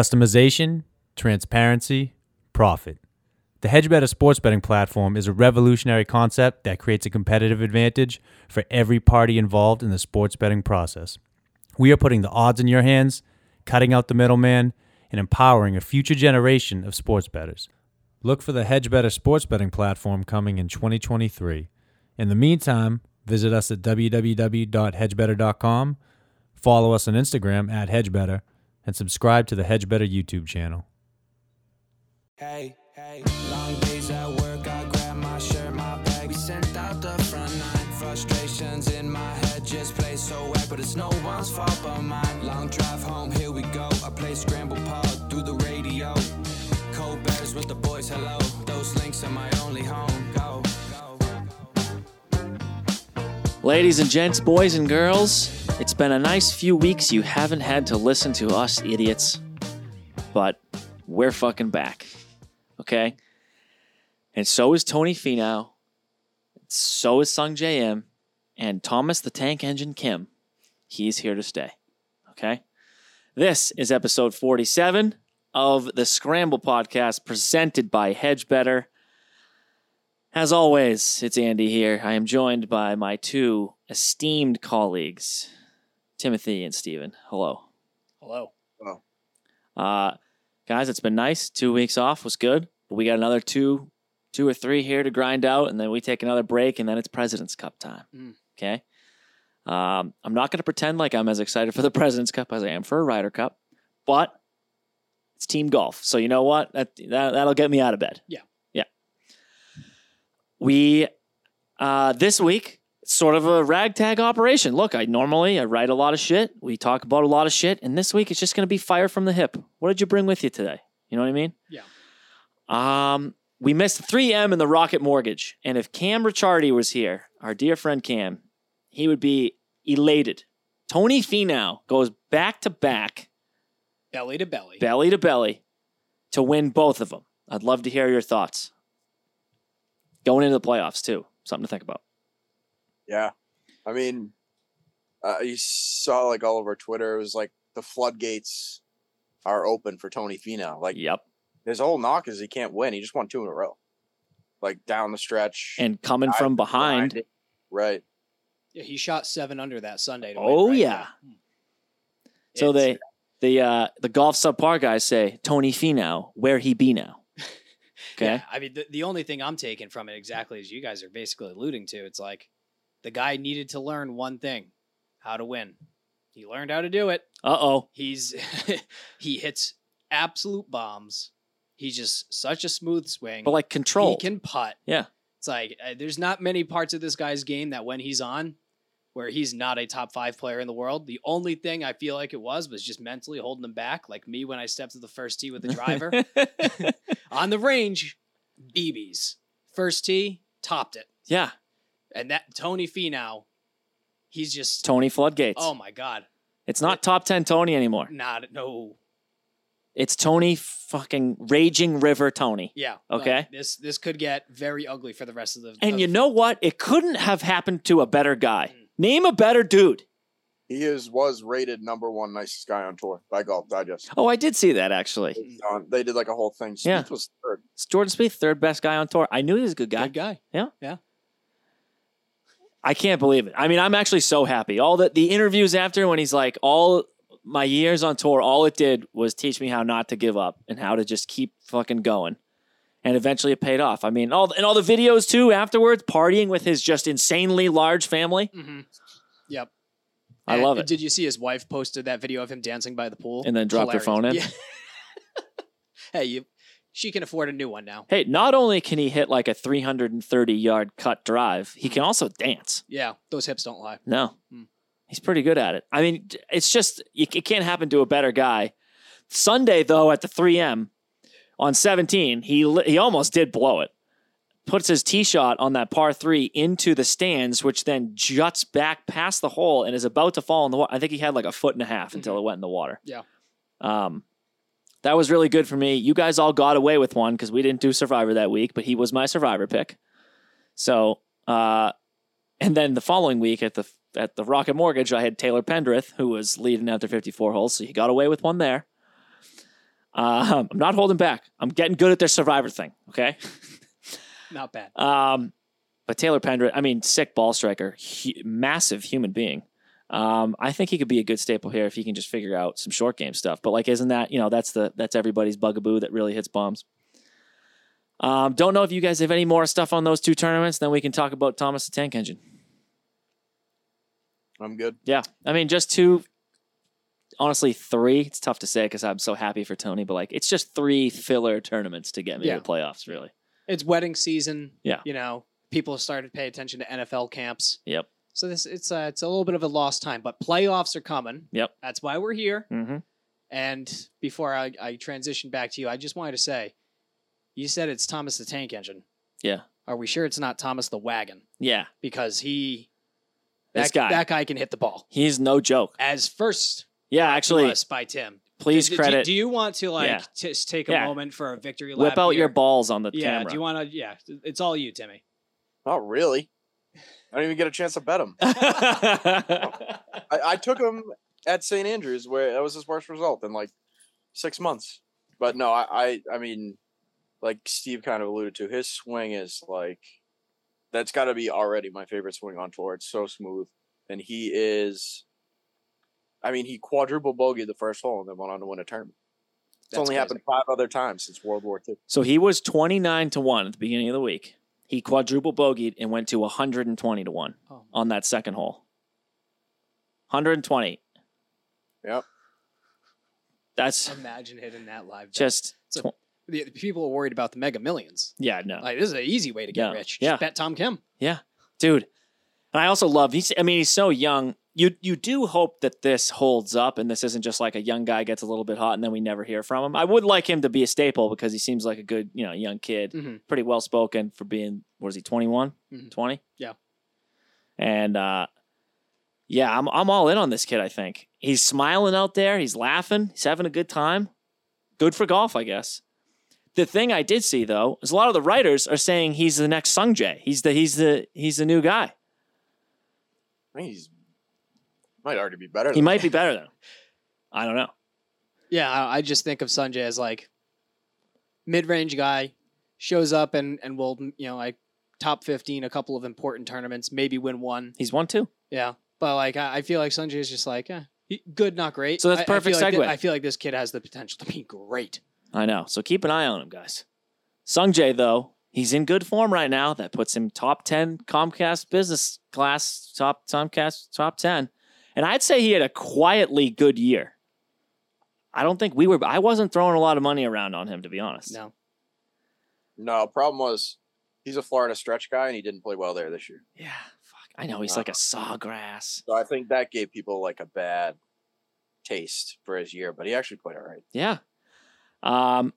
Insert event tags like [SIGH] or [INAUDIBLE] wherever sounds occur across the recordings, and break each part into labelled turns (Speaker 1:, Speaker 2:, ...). Speaker 1: Customization, transparency, profit. The HedgeBetter sports betting platform is a revolutionary concept that creates a competitive advantage for every party involved in the sports betting process. We are putting the odds in your hands, cutting out the middleman, and empowering a future generation of sports bettors. Look for the HedgeBetter sports betting platform coming in 2023. In the meantime, visit us at www.hedgebetter.com, follow us on Instagram at hedgebetter, and subscribe to the HedgeBetter YouTube channel.
Speaker 2: Hey, hey, long days at work, I grab my shirt, my bag. We sent out the front line. Frustrations in my head just play so wet, but it's no one's fault but mine. Long drive home, here we go. I play scramble pod through the radio. Cold bears with the boys, hello. Those links are my only home. Go, go, go.
Speaker 3: Ladies and gents, boys and girls, it's been a nice few weeks you haven't had to listen to us idiots, but we're fucking back. Okay? And so is Tony Finau, so is Sung J M, and Thomas the Tank Engine Kim. He's here to stay. Okay? This is episode 47 of the Scramble Podcast presented by Hedge Better. As always, it's Andy here. I am joined by my two esteemed colleagues, Timothy and Steven. Hello.
Speaker 4: Hello.
Speaker 3: Uh, guys, it's been nice. Two weeks off was good, but we got another two, two or three here to grind out, and then we take another break, and then it's President's Cup time.
Speaker 4: Mm.
Speaker 3: Okay. Um, I'm not going to pretend like I'm as excited for the [LAUGHS] President's Cup as I am for a Ryder Cup, but it's team golf, so you know what? That, that that'll get me out of bed.
Speaker 4: Yeah.
Speaker 3: yeah. We uh, this week it's sort of a ragtag operation. Look, I normally I write a lot of shit. We talk about a lot of shit, and this week it's just going to be fire from the hip. What did you bring with you today? You know what I mean?
Speaker 4: Yeah.
Speaker 3: Um, we missed 3M in the Rocket Mortgage, and if Cam Ricciardi was here, our dear friend Cam, he would be elated. Tony Finau goes back to back,
Speaker 4: Belly to belly.
Speaker 3: belly to belly, to win both of them. I'd love to hear your thoughts. Going into the playoffs too, something to think about.
Speaker 5: Yeah, I mean, uh, you saw like all over Twitter. It was like the floodgates are open for Tony Finau. Like
Speaker 3: Yep.
Speaker 5: his whole knock is he can't win. He just won two in a row, like down the stretch.
Speaker 3: and coming
Speaker 5: I-
Speaker 3: from behind.
Speaker 5: grinding. right?
Speaker 4: Yeah, he shot seven under that Sunday. To
Speaker 3: Oh,
Speaker 4: win, right? Hmm.
Speaker 3: yeah. So
Speaker 4: It's-
Speaker 3: they the uh the golf subpar guys say Tony Finau where he be
Speaker 4: [LAUGHS]
Speaker 3: now. Okay,
Speaker 4: Yeah, I mean, the, the only thing I'm taking from it exactly as you guys are basically alluding to, it's like the guy needed to learn one thing: how to win. He learned how to do it.
Speaker 3: uh oh,
Speaker 4: He's [LAUGHS] he hits absolute bombs. He's just such a smooth swing.
Speaker 3: but like control.
Speaker 4: He can putt.
Speaker 3: Yeah.
Speaker 4: It's like uh, there's not many parts of this guy's game that when he's on, where he's not a top five player in the world. The only thing I feel like it was was just mentally holding him back, like me when I stepped to the first tee
Speaker 3: [LAUGHS]
Speaker 4: with the driver on the range. BBs first tee topped it,
Speaker 3: yeah,
Speaker 4: and that Tony Finau, he's just
Speaker 3: Tony floodgates.
Speaker 4: oh my god,
Speaker 3: it's not top ten Tony anymore.
Speaker 4: not no
Speaker 3: It's Tony fucking raging river Tony.
Speaker 4: yeah
Speaker 3: Okay.
Speaker 4: this this could get very ugly for the rest of the
Speaker 3: And
Speaker 4: of- Hmm.
Speaker 3: you know what? It couldn't have happened to a better guy. Name a better dude.
Speaker 5: He is was rated number one nicest guy on tour by Golf Digest.
Speaker 3: Oh, I did see that actually.
Speaker 5: Um, they did like a whole thing. Smith
Speaker 3: Yeah.
Speaker 5: was third.
Speaker 3: It's Jordan Spieth, third best guy on tour. I knew he was a good guy.
Speaker 4: good guy
Speaker 3: I can't believe it. I mean, I'm actually so happy. All the the interviews after when he's like, all my years on tour, all it did was teach me how not to give up and how to just keep fucking going. And eventually it paid off. I mean, all and all the videos too afterwards, partying with his just insanely large family.
Speaker 4: hmm Yep.
Speaker 3: I
Speaker 4: And
Speaker 3: love it.
Speaker 4: Did you see his wife posted that video of him dancing by the pool
Speaker 3: And then dropped her phone in?
Speaker 4: Yeah. [LAUGHS] hey, you. She can afford a new one now.
Speaker 3: Hey, not only can he hit like a 330 yard cut drive, he can also dance.
Speaker 4: Yeah, those hips don't lie.
Speaker 3: No,
Speaker 4: Hmm.
Speaker 3: he's pretty good at it. I mean, it's just it it can't happen to a better guy. Sunday though at the 3M on 17, he li- he almost did blow it. Puts his tee shot on that par three into the stands, which then juts back past the hole and is about to fall in the water. I think he had like a foot and a half until it went in the water.
Speaker 4: Mm-hmm. Yeah.
Speaker 3: Um, that was really good for me. You guys all got away with one because we didn't do Survivor that week, but he was my Survivor pick. So, uh, and then the following week at the at the Rocket Mortgage, I had Taylor Pendrith, who was leading after 54 holes, so he got away with one there. Uh, I'm not holding back. I'm getting good at their survivor thing. Okay.
Speaker 4: Not bad.
Speaker 3: Um, but Taylor Pendrit, I mean, sick ball striker, hu- massive human being. Um, I think he could be a good staple here if he can just figure out some short game stuff. But like, isn't that you know that's the that's everybody's bugaboo that really hits bombs. Um, don't know if you guys have any more stuff on those two tournaments. Then we can talk about Thomas the Tank Engine.
Speaker 5: I'm good.
Speaker 3: Yeah, I mean, just two. Honestly, three. It's tough to say because I'm so happy for Tony, but like, it's just three filler tournaments to get me
Speaker 4: Yeah.
Speaker 3: to the playoffs. Really.
Speaker 4: It's wedding season.
Speaker 3: Yeah.
Speaker 4: You know, people started to pay attention to NFL camps.
Speaker 3: Yep.
Speaker 4: So this it's a, it's a little bit of a lost time, but playoffs are coming.
Speaker 3: Yep.
Speaker 4: That's why we're here.
Speaker 3: Mm-hmm.
Speaker 4: And before I, I transition back to you, I just wanted to say, you said it's Thomas the Tank Engine.
Speaker 3: Yeah.
Speaker 4: Are we sure it's not Thomas the Wagon?
Speaker 3: Yeah.
Speaker 4: Because he, that,
Speaker 3: This guy.
Speaker 4: that guy can hit the ball.
Speaker 3: He's no joke.
Speaker 4: As first
Speaker 3: Yeah, actually,
Speaker 4: us by Tim.
Speaker 3: please
Speaker 4: Do- do-
Speaker 3: credit.
Speaker 4: Do, you want to like
Speaker 3: Yeah.
Speaker 4: just take a
Speaker 3: Yeah.
Speaker 4: moment for a victory lap?
Speaker 3: Whip out
Speaker 4: here?
Speaker 3: your balls on the
Speaker 4: Yeah.
Speaker 3: camera.
Speaker 4: Do you want to? Yeah. It's all you, Timmy.
Speaker 5: Not really. I didn't even get a chance to bet him. I, I took him at St. Andrews, where that was his worst result in like six months. But no, I, I, I mean, like Steve kind of alluded to, his swing is like that's got to be already my favorite swing on tour. It's so smooth, and he is. I mean, he quadruple bogeyed the first hole and then went on to win a tournament. It's
Speaker 4: That's
Speaker 5: only
Speaker 4: crazy.
Speaker 5: happened five other times since World War II.
Speaker 3: [LAUGHS] so he was 29 to 1 at the beginning of the week. He quadruple bogeyed and went to 120 to 1
Speaker 4: Oh.
Speaker 3: on that second hole. 120.
Speaker 5: Yep.
Speaker 3: That's
Speaker 4: Imagine hitting that live. bet.
Speaker 3: just,
Speaker 4: It's a-
Speaker 3: tw-
Speaker 4: the, the people are worried about the Mega Millions.
Speaker 3: yeah, no.
Speaker 4: Like this is an easy way to get
Speaker 3: Yeah.
Speaker 4: rich. Just
Speaker 3: Yeah.
Speaker 4: bet Tom Kim.
Speaker 3: dude. And I also love he's. I mean, he's so young. You you do hope that this holds up and this isn't just like a young guy gets a little bit hot and then we never hear from him. I would like him to be a staple because he seems like a good you know young kid,
Speaker 4: Mhm.
Speaker 3: pretty well spoken for being what is he 21,
Speaker 4: Mhm.
Speaker 3: 20?
Speaker 4: Yeah.
Speaker 3: and uh, yeah, I'm I'm all in on this kid. I think he's smiling out there. He's laughing. He's having a good time. Good for golf, I guess. The thing I did see though is a lot of the writers are saying he's the next Sung Jae. He's the he's the he's the new guy.
Speaker 5: I think he's might already be better.
Speaker 3: He
Speaker 5: Than
Speaker 3: might be better though. I don't know.
Speaker 4: Yeah. I, I just think of Sanjay as like mid-range guy shows up and and will you know like top 15 a couple of important tournaments maybe win one
Speaker 3: He's one too.
Speaker 4: Yeah, but like I, I feel like Sanjay is just like, eh, he- good, not great.
Speaker 3: So that's
Speaker 4: I-
Speaker 3: perfect
Speaker 4: I, feel like thi-
Speaker 3: segue.
Speaker 4: I feel like this kid has the potential to be great.
Speaker 3: I know. So keep an eye on him, guys. Sung Jae though, he's in good form right now. That puts him top ten Comcast business class, top Comcast top ten. And I'd say he had a quietly good year. I don't think we were. I wasn't throwing a lot of money around on him, to be honest.
Speaker 4: No,
Speaker 5: no, problem was he's a Florida stretch guy and he didn't play well there this year.
Speaker 3: Yeah. Fuck. I know he's like a sawgrass.
Speaker 5: So I think that gave people like a bad taste for his year, but he actually played all right.
Speaker 3: Yeah. Um,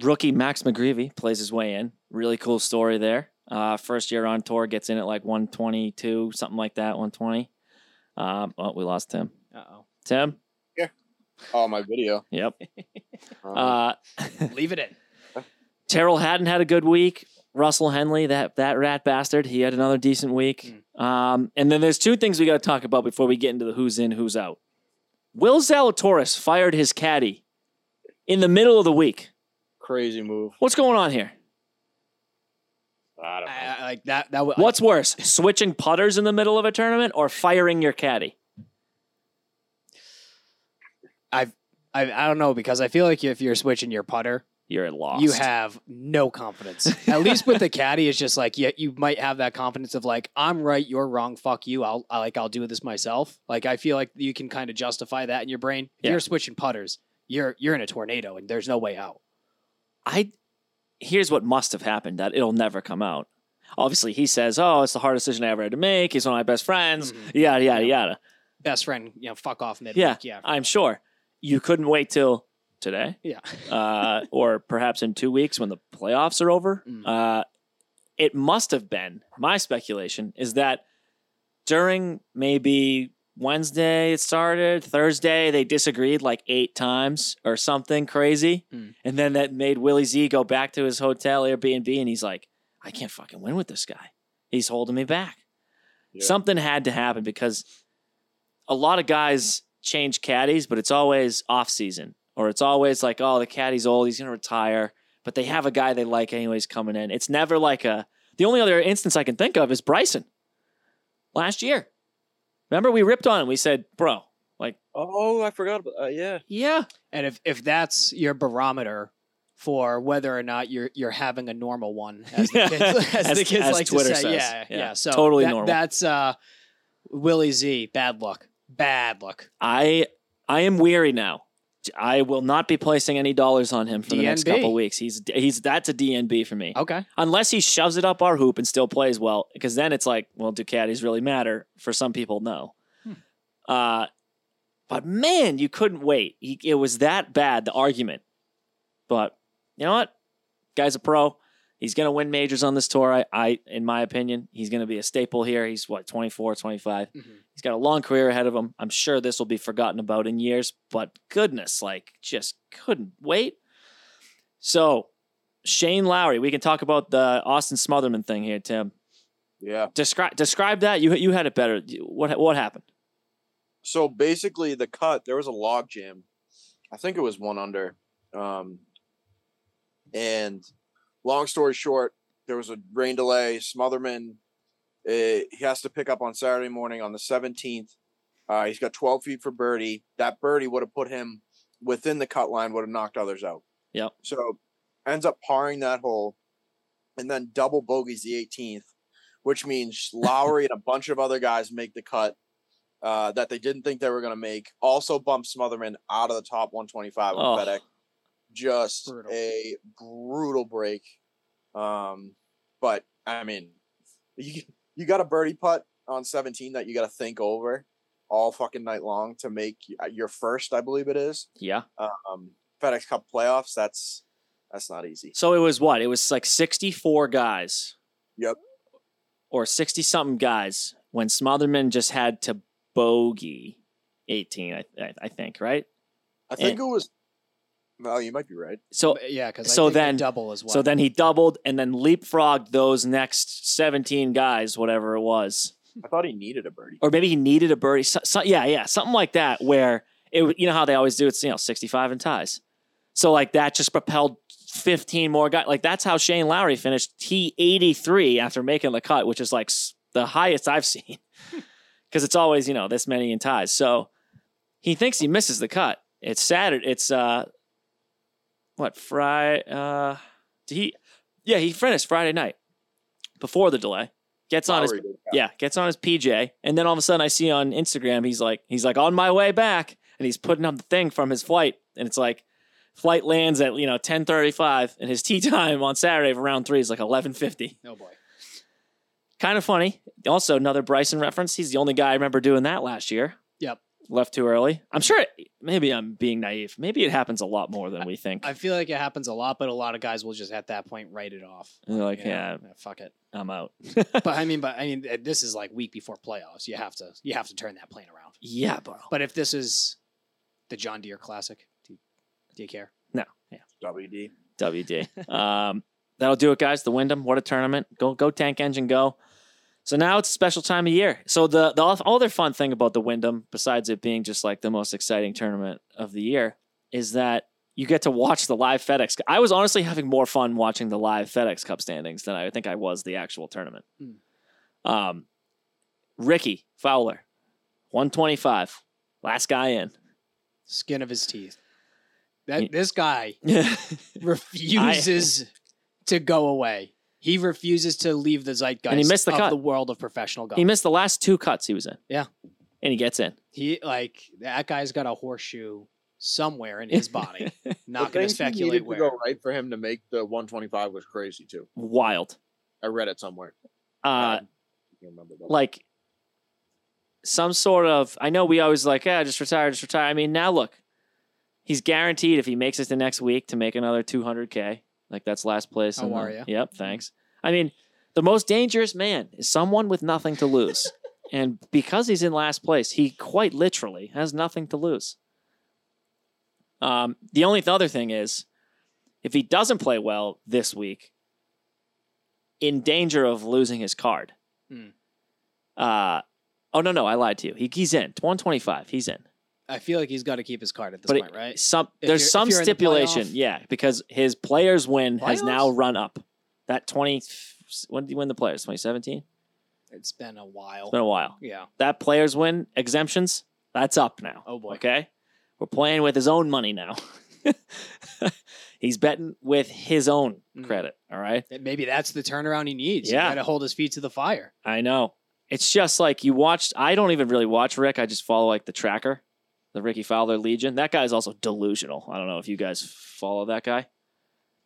Speaker 3: rookie Max McGreevy plays his way in. Really cool story there. Uh, first year on tour, gets in at like 122, something like that, 120. Um, oh, we lost Tim.
Speaker 4: uh oh,
Speaker 3: Tim?
Speaker 5: Oh, my video.
Speaker 3: Yep.
Speaker 5: Um,
Speaker 3: Uh,
Speaker 4: leave it in.
Speaker 3: Terrell Haddon had a good week. Russell Henley, that that rat bastard, he had another decent week. Um, and then there's two things we got to talk about before we get into the who's in, who's out. Will Zalatoris fired his caddy in the middle of the week.
Speaker 5: crazy move.
Speaker 3: What's going on here?
Speaker 5: I don't know.
Speaker 4: I, I, like that. That would.
Speaker 3: What's worse, switching putters in the middle of a tournament or firing your caddy?
Speaker 4: I, I don't know because I feel like if you're switching your putter,
Speaker 3: You're lost.
Speaker 4: you have no confidence. At least with the caddy, it's just like yeah, you might have that confidence of like I'm right, you're wrong. Fuck you. I'll I, like I'll do this myself. Like I feel like you can kind of justify that in your brain. If
Speaker 3: Yeah.
Speaker 4: You're switching putters. You're you're in a tornado and there's no way out.
Speaker 3: I here's what must have happened that it'll never come out. Obviously, he says, "Oh, it's the hardest decision I ever had to make. He's one of my best friends."
Speaker 4: Mhm.
Speaker 3: Yada yada
Speaker 4: Yeah.
Speaker 3: yada.
Speaker 4: Best friend, you know, fuck off midweek.
Speaker 3: Mm-hmm. Yeah.
Speaker 4: yeah,
Speaker 3: I'm sure you couldn't wait till today,
Speaker 4: yeah. [LAUGHS]
Speaker 3: uh, or perhaps in two weeks when the playoffs are over.
Speaker 4: Mm.
Speaker 3: Uh, it must have been my speculation is that during maybe Wednesday it started, Thursday they disagreed like eight times or something crazy,
Speaker 4: Mm.
Speaker 3: and then that made Willie Z go back to his hotel Airbnb, and he's like, "I can't fucking win with this guy. He's holding me back."
Speaker 5: Yeah.
Speaker 3: Something had to happen because a lot of guys change caddies, but it's always off season or it's always like, oh, the caddy's old, he's going to retire, but they have a guy they like anyways coming in. It's never like a. The only other instance I can think of is Bryson last year. Remember, we ripped on him. We said, bro,
Speaker 5: Oh, I forgot about. Uh, yeah,
Speaker 3: yeah,
Speaker 4: And if if that's your barometer for whether or not you're you're having a normal one, as
Speaker 3: [LAUGHS]
Speaker 4: the kids, as,
Speaker 3: As-
Speaker 4: the kids
Speaker 3: as
Speaker 4: like
Speaker 3: Twitter
Speaker 4: to say,
Speaker 3: says.
Speaker 4: yeah,
Speaker 3: Yeah,
Speaker 4: yeah, So
Speaker 3: totally
Speaker 4: that-
Speaker 3: normal.
Speaker 4: That's uh, Willie Z. Bad luck. Bad luck.
Speaker 3: I I am weary now. I will not be placing any dollars on him for the next
Speaker 4: DNB.
Speaker 3: couple weeks. He's he's that's a DNB for me.
Speaker 4: Okay.
Speaker 3: Unless he shoves it up our hoop and still plays well, because then it's like, well, do caddies really matter? For some people, no. Uh, but man, you couldn't wait. He, it was that bad the argument. But you know what? Guy's a pro. He's going to win majors on this tour. I, I in my opinion, he's going to be a staple here. He's what 24, 25.
Speaker 4: Mhm.
Speaker 3: He's got a long career ahead of him. I'm sure this will be forgotten about in years, but goodness, like just couldn't wait. So, Shane Lowry, we can talk about the Austin Smotherman thing here, Tim.
Speaker 5: yeah.
Speaker 3: Describe describe that. You you had it better. What what happened?
Speaker 5: So basically, the cut there was a log jam. I think it was one under. Um, and long story short, there was a rain delay. Smotherman, uh, he has to pick up on Saturday morning on the 17th. Uh, he's got 12 feet for birdie. That birdie would have put him within the cut line, would have knocked others out.
Speaker 3: Yep.
Speaker 5: So ends up parring that hole and then double bogeys the 18th,
Speaker 3: [LAUGHS]
Speaker 5: which means Lowry and a bunch of other guys make the cut uh, that they didn't think they were going to make. Also bumped Smotherman out of the top 125 on
Speaker 3: Oh.
Speaker 5: FedEx just
Speaker 4: Brutal.
Speaker 5: a brutal break. Um, but I mean, you you got a birdie putt on 17 that you got to think over all fucking night long to make y- uh, your first, I believe it is.
Speaker 3: Yeah.
Speaker 5: Um, FedEx Cup playoffs. That's that's not easy.
Speaker 3: So it was what? It was like 64 guys.
Speaker 5: Yep.
Speaker 3: Or 60 something guys when Smotherman just had to bogey 18, I, I, I think, right?
Speaker 5: I think it was. Well, you might be right.
Speaker 3: So
Speaker 4: Yeah, because
Speaker 3: So
Speaker 4: so
Speaker 3: then-
Speaker 4: then double as well.
Speaker 3: so then he doubled and then leapfrogged those next 17 guys, whatever it was.
Speaker 5: I thought he needed a birdie.
Speaker 3: or maybe he needed a birdie. So, so- yeah, yeah, something like that. Where it, w- you know how they always do it's you know sixty five and ties. So like that just propelled fifteen more guys. Like that's how Shane Lowry finished T eighty three after making the cut, which is like s- the highest I've [LAUGHS] seen because it's always you know this many in ties. So he thinks he misses the cut. It's Saturday. It's uh, what Friday? Uh, did he? Yeah, he finished Friday night before the delay. Gets on his
Speaker 5: Lowry did.
Speaker 3: yeah, gets on his PJ, and then all of a sudden I see on Instagram he's like he's like on my way back, and he's putting up the thing from his flight, and it's like flight lands at you know ten thirty five, and his [LAUGHS] tee time on Saturday for round three is like eleven fifty.
Speaker 4: no Oh, boy.
Speaker 3: Kind of funny. Also another Bryson reference. He's the only guy I remember doing that last year.
Speaker 4: Yep.
Speaker 3: Left too early. I'm sure. It, maybe I'm being naive. Maybe it happens a lot more than we think.
Speaker 4: I feel like it happens a lot, but a lot of guys will just at that point write it off.
Speaker 3: And they're like,
Speaker 4: You know,
Speaker 3: yeah,
Speaker 4: fuck it. [LAUGHS]
Speaker 3: I'm out.
Speaker 4: But I mean, but I mean, uh, this is like week before playoffs. You have to you have to turn that plane around.
Speaker 3: Yeah, bro.
Speaker 4: But if this is the John Deere Classic, do you, do you care?
Speaker 5: WD.
Speaker 3: WD. um, that'll do it, guys. The Wyndham, what a tournament! Go, go, Tank Engine, go! So now it's a special time of year. So the the other fun thing about the Wyndham, besides it being just like the most exciting tournament of the year, is that you get to watch the live FedEx. Cu- I was honestly having more fun watching the live FedEx Cup standings than I think I was the actual tournament.
Speaker 4: Hmm.
Speaker 3: Um, Ricky Fowler, one twenty five, last guy in. [LAUGHS]
Speaker 4: Skin of his teeth.
Speaker 3: Yeah.
Speaker 4: That this guy
Speaker 3: [LAUGHS]
Speaker 4: refuses to go away. He refuses to leave the zeitgeist
Speaker 3: And he missed the
Speaker 4: of
Speaker 3: cut.
Speaker 4: the world of professional golf.
Speaker 3: he
Speaker 4: He,
Speaker 3: missed the last two cuts he was in.
Speaker 4: Yeah.
Speaker 3: and he gets in.
Speaker 4: like that guy's got a horseshoe somewhere
Speaker 3: [LAUGHS]
Speaker 4: in his body.
Speaker 5: The
Speaker 4: Not going
Speaker 5: things
Speaker 4: to
Speaker 5: he
Speaker 4: speculate
Speaker 5: needed
Speaker 4: where.
Speaker 5: To go right for him to make the 125 was crazy too.
Speaker 3: Wild.
Speaker 5: I read it somewhere.
Speaker 3: Uh,
Speaker 5: I can't remember what-
Speaker 3: like some sort of I know we always like, yeah, just retire, just retire. I mean, now look, he's guaranteed if he makes it to next week to make another 200k. Like that's last place.
Speaker 4: How
Speaker 3: in the-
Speaker 4: are ya?
Speaker 3: Yep, thanks. I mean, the most dangerous man is someone with nothing to lose. and because he's in last place, he quite literally has nothing to lose. Um, the only th- other thing is if he doesn't play well this week, in danger of losing his card.
Speaker 4: Hmm.
Speaker 3: Uh, oh no, no, I lied to you. He, he's in 125. He's in.
Speaker 4: I feel like he's got to keep his card at this
Speaker 3: But it-
Speaker 4: point, right?
Speaker 3: Some
Speaker 4: If
Speaker 3: there's
Speaker 4: you're-
Speaker 3: some
Speaker 4: if you're in the
Speaker 3: stipulation,
Speaker 4: playoff-
Speaker 3: yeah, because his players win has now
Speaker 4: Playoffs?
Speaker 3: run up. That twenty when did you win the players? Twenty seventeen.
Speaker 4: It's been a while.
Speaker 3: It's been a while.
Speaker 4: yeah.
Speaker 3: That players win exemptions. That's up now.
Speaker 4: Oh, boy.
Speaker 3: Okay, we're playing with his own money now. [LAUGHS] He's betting with his own
Speaker 4: Mm.
Speaker 3: credit. All right.
Speaker 4: That- Maybe that's the turnaround he needs.
Speaker 3: Yeah.
Speaker 4: Got to hold his feet to the fire.
Speaker 3: I know. It's just like you watched. I don't even really watch Rick. I just follow like the tracker, the Ricky Fowler Legion. That guy's also delusional. I don't know if you guys follow that guy.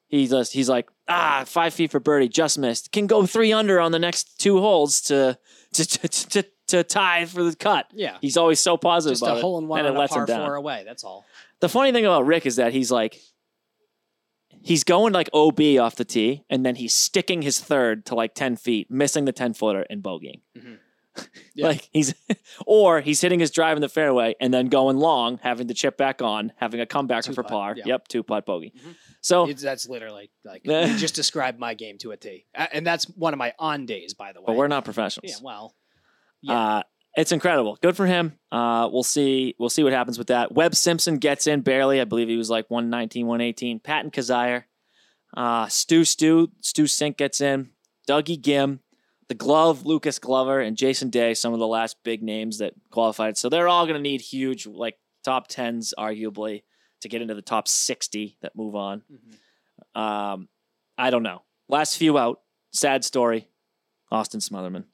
Speaker 3: He's just he's like ah five feet for birdie, just missed. Can go three under on the next two holes to to to to, to tie for the cut.
Speaker 4: Yeah.
Speaker 3: He's always so positive
Speaker 4: Just
Speaker 3: about
Speaker 4: a
Speaker 3: it,
Speaker 4: hole in one
Speaker 3: and
Speaker 4: and
Speaker 3: it
Speaker 4: on a
Speaker 3: lets
Speaker 4: par
Speaker 3: him down.
Speaker 4: four away. That's all.
Speaker 3: The funny thing about Rick is that he's like, he's going like OB off the tee, and then he's sticking his third to like 10 feet, missing the 10 footer and bogeying. [LAUGHS]
Speaker 4: Mhm. Yeah.
Speaker 3: like he's, [LAUGHS] or he's hitting his drive in the fairway and then going long, having to chip back on, having a comeback
Speaker 4: Two
Speaker 3: for
Speaker 4: putt,
Speaker 3: par.
Speaker 4: yeah.
Speaker 3: Yep, two putt bogey.
Speaker 4: Mhm.
Speaker 3: [LAUGHS] So
Speaker 4: It's, that's literally like
Speaker 3: Yeah. [LAUGHS]
Speaker 4: you just described my game to a T. A- And that's one of my on days, by the way.
Speaker 3: But we're not professionals.
Speaker 4: Yeah, well, yeah.
Speaker 3: Uh, it's incredible. Good for him. Uh, we'll see. We'll see what happens with that. Webb Simpson gets in barely. I believe he was like 119, 118. Patton Kazire. Uh, Stu Stu Stu Sink gets in. Dougie Gim, the glove, Lucas Glover, and Jason Day, some of the last big names that qualified. So they're all gonna need huge like top tens, arguably, to get into the top sixty that move on.
Speaker 4: Mhm.
Speaker 3: Um, I don't know. Last few out. Sad story. Austin Smotherman.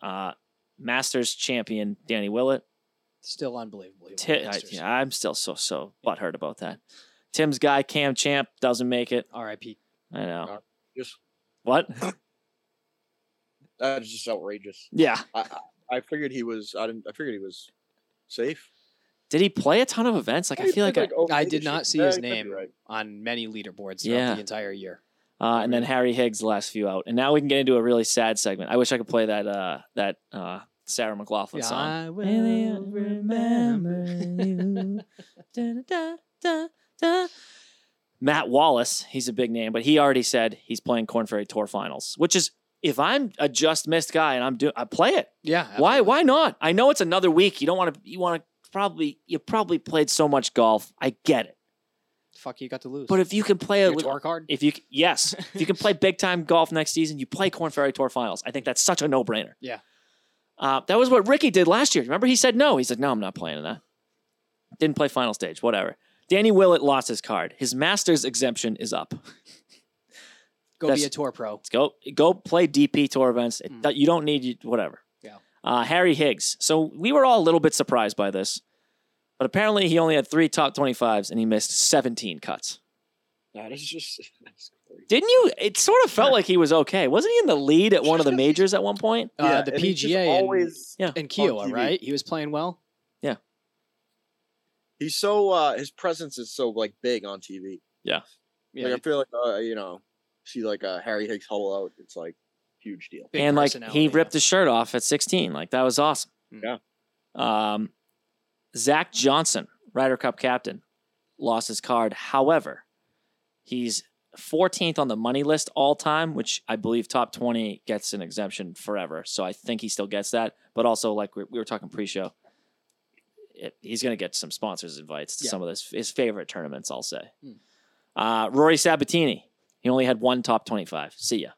Speaker 3: Uh, Masters champion Danny Willett.
Speaker 4: still unbelievable.
Speaker 3: Ti- I, yeah, I'm still so so butthurt about that. Tim's guy Cam Champ doesn't make it.
Speaker 4: R.I.P.
Speaker 3: I know.
Speaker 5: Just
Speaker 3: What?
Speaker 5: that's just outrageous.
Speaker 3: yeah.
Speaker 5: I, I I figured he was. I didn't. I figured he was safe.
Speaker 3: Did he play a ton of events? Like I feel like, I,
Speaker 5: oh,
Speaker 4: I
Speaker 5: maybe
Speaker 4: did
Speaker 5: she-
Speaker 4: not see
Speaker 5: yeah,
Speaker 4: his
Speaker 5: you could be
Speaker 4: name
Speaker 5: right.
Speaker 4: on many leaderboards throughout
Speaker 3: Yeah.
Speaker 4: the entire year.
Speaker 3: uh, and then Harry Higgs the last few out, and now we can get into a really sad segment. I wish I could play that uh, that uh, Sarah McLaughlin
Speaker 4: Yeah,
Speaker 3: song.
Speaker 4: I
Speaker 3: Will
Speaker 4: will
Speaker 3: remember
Speaker 4: remember.
Speaker 3: you. [LAUGHS] Da, da, da, da. Matt Wallace, he's a big name, but he already said he's playing Corn Ferry Tour Finals, which is if I'm a just missed guy and I'm doing, I play it.
Speaker 4: Yeah.
Speaker 3: Why? Why not? I know it's another week. You don't want to. You want to probably. You probably played so much golf. I get it.
Speaker 4: Fuck, you got to lose.
Speaker 3: But if you can play
Speaker 4: your
Speaker 3: it, with,
Speaker 4: tour card.
Speaker 3: if you c- yes, if you can play big time golf next season, you play Corn Ferry Tour Finals. I think that's such a no brainer.
Speaker 4: Yeah.
Speaker 3: Uh, that was what Ricky did last year. Remember, he said no. He said no, I'm not playing in that. Didn't play final stage. Whatever. Danny Willett lost his card. His Masters exemption is up.
Speaker 4: Go be
Speaker 3: that's-
Speaker 4: a tour pro.
Speaker 3: Let's go go play DP tour events. It,
Speaker 4: Mm.
Speaker 3: that- You don't need you- whatever.
Speaker 4: Yeah.
Speaker 3: Uh, Harry Higgs. So we were all a little bit surprised by this, but apparently he only had three top twenty fives and he missed seventeen cuts.
Speaker 5: That is just. [LAUGHS] That's crazy.
Speaker 3: Didn't you? It sort of felt like he was okay. Wasn't he in the lead at one of the majors at one point?
Speaker 4: uh,
Speaker 5: Yeah,
Speaker 4: the
Speaker 5: and he's just
Speaker 4: PGA in,
Speaker 5: always
Speaker 4: in Kiowa,
Speaker 5: TV.
Speaker 4: right? He was playing well.
Speaker 5: he's so uh his presence is so like big on TV.
Speaker 4: Yeah,
Speaker 5: Like I feel like uh, you know, see like uh, Harry Higgs hole out, it's like huge deal.
Speaker 4: big
Speaker 3: and like he
Speaker 4: personality,
Speaker 3: ripped his shirt off at 16. Like that was awesome.
Speaker 5: Mm.
Speaker 3: Um, Zach Johnson, Ryder Cup captain, lost his card. However, he's 14th on the money list all time, which I believe top 20 gets an exemption forever. So I think he still gets that. But also, like we we were talking pre-show, it, he's going to get some sponsors invites to
Speaker 4: Yeah.
Speaker 3: some of his his favorite tournaments. I'll say.
Speaker 4: Mm.
Speaker 3: Uh, Rory Sabatini, he only had one top 25. See ya.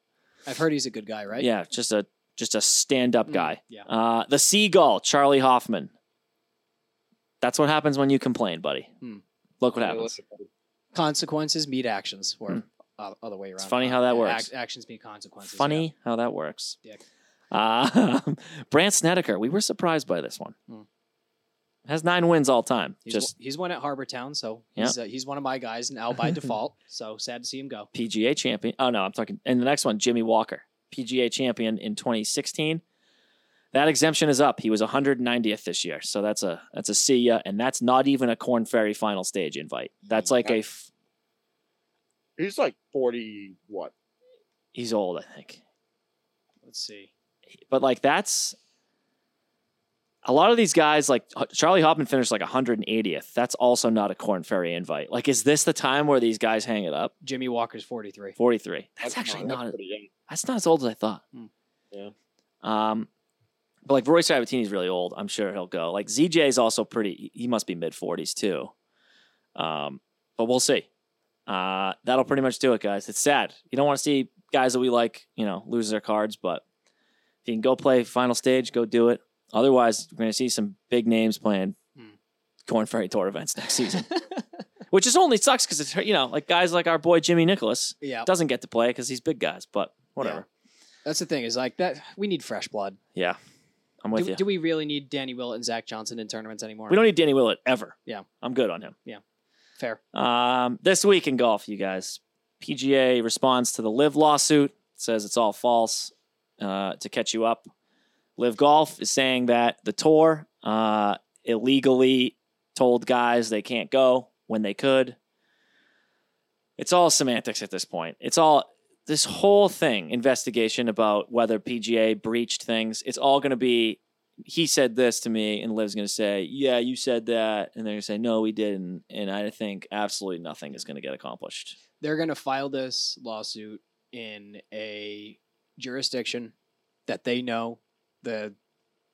Speaker 4: I've heard he's a good guy, right?
Speaker 3: Yeah, just a just a stand up
Speaker 4: Mm,
Speaker 3: guy.
Speaker 4: yeah.
Speaker 3: Uh, the seagull, Charlie Hoffman. That's what happens when you complain, buddy.
Speaker 4: Hmm.
Speaker 3: Look what happens.
Speaker 4: Consequences meet actions, or
Speaker 3: Hmm.
Speaker 4: uh, other way around.
Speaker 3: funny how that
Speaker 4: Ac-
Speaker 3: works.
Speaker 4: actions meet consequences. yeah.
Speaker 3: Funny how that works.
Speaker 4: Dick.
Speaker 3: Uh, [LAUGHS] Brant Snedeker, we were surprised by this one.
Speaker 4: Hmm.
Speaker 3: Has nine wins all time.
Speaker 4: He's,
Speaker 3: just
Speaker 4: one, he's one at Harbor Town, so
Speaker 3: Yeah.
Speaker 4: he's uh, he's one of my guys
Speaker 3: [LAUGHS]
Speaker 4: now by default. So sad to see him go.
Speaker 3: PGA champion. Oh no, I'm talking. And the next one, Jimmy Walker, PGA champion in 2016. That exemption is up. He was 190th this year, so that's a that's a see ya, and that's not even a Corn Ferry final stage invite. That's like a. f-
Speaker 5: He's like forty what?
Speaker 3: He's old, I think,
Speaker 4: Let's see.
Speaker 3: but like that's. A lot of these guys, like H- Charlie Hoffman, finished like 180th. That's also not a Corn Ferry invite. Like, is this the time where these guys hang it up?
Speaker 4: Jimmy Walker's forty three.
Speaker 3: 43. That's actually not.
Speaker 5: pretty young.
Speaker 3: That's not as old as I thought.
Speaker 4: Hmm.
Speaker 5: Yeah.
Speaker 3: Um, But like Roy Sabatini's really old. I'm sure he'll go. Like ZJ is also pretty. He must be mid 40s too. Um, but we'll see. Uh, that'll pretty much do it, guys. It's sad. You don't want to see guys that we like, you know, lose their cards. But if you can go play final stage, go do it. Otherwise, we're going to see some big names playing
Speaker 4: Hmm.
Speaker 3: Corn Ferry Tour events next season, [LAUGHS] which is only sucks because it's you know like guys like our boy Jimmy Nicholas
Speaker 4: [LAUGHS] yeah,
Speaker 3: doesn't get to play because he's big guys. But whatever.
Speaker 4: that's the thing is like that. We need fresh blood.
Speaker 3: Yeah, I'm with
Speaker 4: Do,
Speaker 3: you.
Speaker 4: do we really need Danny Willett and Zach Johnson in tournaments anymore?
Speaker 3: we don't need Danny Willett ever.
Speaker 4: Yeah.
Speaker 3: I'm good on him.
Speaker 4: Fair.
Speaker 3: Um, this week in golf, you guys, PGA responds to the Live lawsuit, says it's all false. Uh, to catch you up, Live Golf is saying that the tour uh, illegally told guys they can't go when they could. It's all semantics at this point. It's all this whole thing investigation about whether PGA breached things. It's all going to be he said this to me, and Liv's going to say, "Yeah, you said that," and they're going to say, "No, we didn't." And I think absolutely nothing is going to get accomplished.
Speaker 4: They're going to file this lawsuit in a jurisdiction that they know the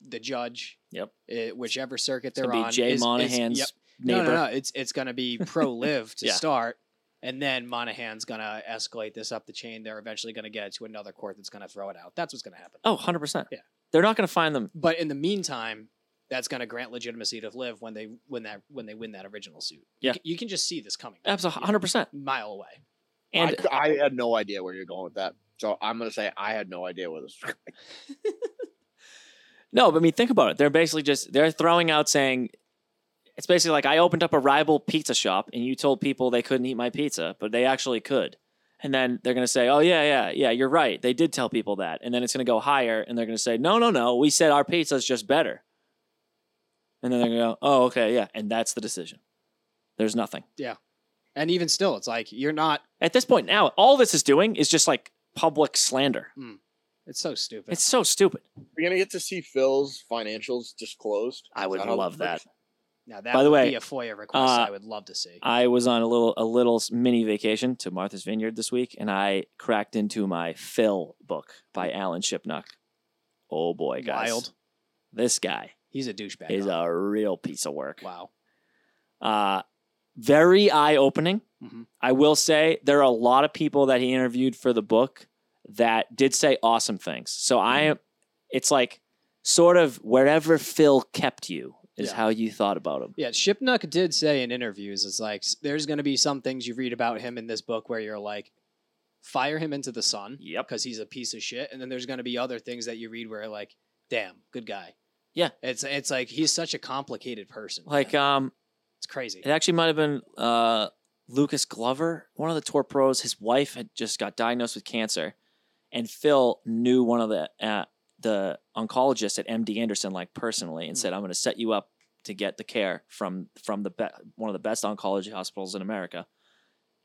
Speaker 4: the judge,
Speaker 3: Yep,
Speaker 4: eh, whichever circuit
Speaker 3: it's
Speaker 4: they're
Speaker 3: going to
Speaker 4: on.
Speaker 3: be Jay
Speaker 4: is- is-
Speaker 3: Monahan's
Speaker 4: yep.
Speaker 3: neighbor.
Speaker 4: No, no, no. It's it's going
Speaker 3: [LAUGHS]
Speaker 4: to be pro live to
Speaker 3: Yeah.
Speaker 4: start, and then Monahan's going to escalate this up the chain. They're eventually going to get it to another court that's going to throw it out. That's what's going to happen.
Speaker 3: Oh, 100 percent.
Speaker 4: Yeah.
Speaker 3: they're not going to find them.
Speaker 4: But in the meantime, that's going to grant legitimacy to live when they when that when they win that original suit.
Speaker 3: Yeah.
Speaker 4: you can, you can just see this coming.
Speaker 3: Absolutely,
Speaker 4: Yeah.
Speaker 3: 100 percent.
Speaker 4: mile away.
Speaker 3: And
Speaker 5: I, I had no idea where you're going with that. So I'm gonna say I had no idea where this. [LAUGHS]
Speaker 3: No, but I mean, think about it. They're basically just they're throwing out saying it's basically like I opened up a rival pizza shop and you told people they couldn't eat my pizza, but they actually could. And then they're going to say, "Oh yeah, yeah, yeah, you're right. They did tell people that." And then it's going to go higher and they're going to say, "No, no, no. We said our pizza's just better." And then they're going to go, "Oh, okay, yeah." And that's the decision. There's nothing.
Speaker 4: And even still, it's like you're not.
Speaker 3: At this point now, all this is doing is just like public slander.
Speaker 4: It's so stupid.
Speaker 3: It's so stupid.
Speaker 5: We're gonna get to see Phil's financials disclosed.
Speaker 3: I would
Speaker 5: Is how-
Speaker 3: love that.
Speaker 4: now that
Speaker 3: by the
Speaker 4: would
Speaker 3: way,
Speaker 4: be a FOIA request
Speaker 3: uh,
Speaker 4: I would love to see.
Speaker 3: I was on a little a little mini vacation to Martha's Vineyard this week, and I cracked into my Phil book by Alan Shipnuck. Oh boy, guys!
Speaker 4: Wild.
Speaker 3: This guy
Speaker 4: He's a douchebag.
Speaker 3: is
Speaker 4: huh?
Speaker 3: a real piece of work.
Speaker 4: wow.
Speaker 3: Uh, very eye opening.
Speaker 4: Mhm.
Speaker 3: I will say there are a lot of people that he interviewed for the book that did say awesome things. So I
Speaker 4: Mm-hmm.
Speaker 3: am. It's like sort of wherever Phil kept you is
Speaker 4: Yeah.
Speaker 3: how you thought about him.
Speaker 4: Yeah, Shipnuck did say in interviews, it's like s- there's going to be some things you read about him in this book where you're like, fire him into the sun
Speaker 3: Yep.
Speaker 4: because he's a piece of shit, and then there's going to be other things that you read where like, damn, good guy.
Speaker 3: Yeah.
Speaker 4: it's it's like he's such a complicated person.
Speaker 3: Like um,
Speaker 4: it's crazy.
Speaker 3: It actually might have been uh, Lucas Glover, one of the tour pros. His wife had just got diagnosed with cancer, and Phil knew one of the uh, the oncologists at MD Anderson like personally,
Speaker 4: Hmm.
Speaker 3: and said, "I'm going to set you up to get the care from from the be- one of the best oncology hospitals in America."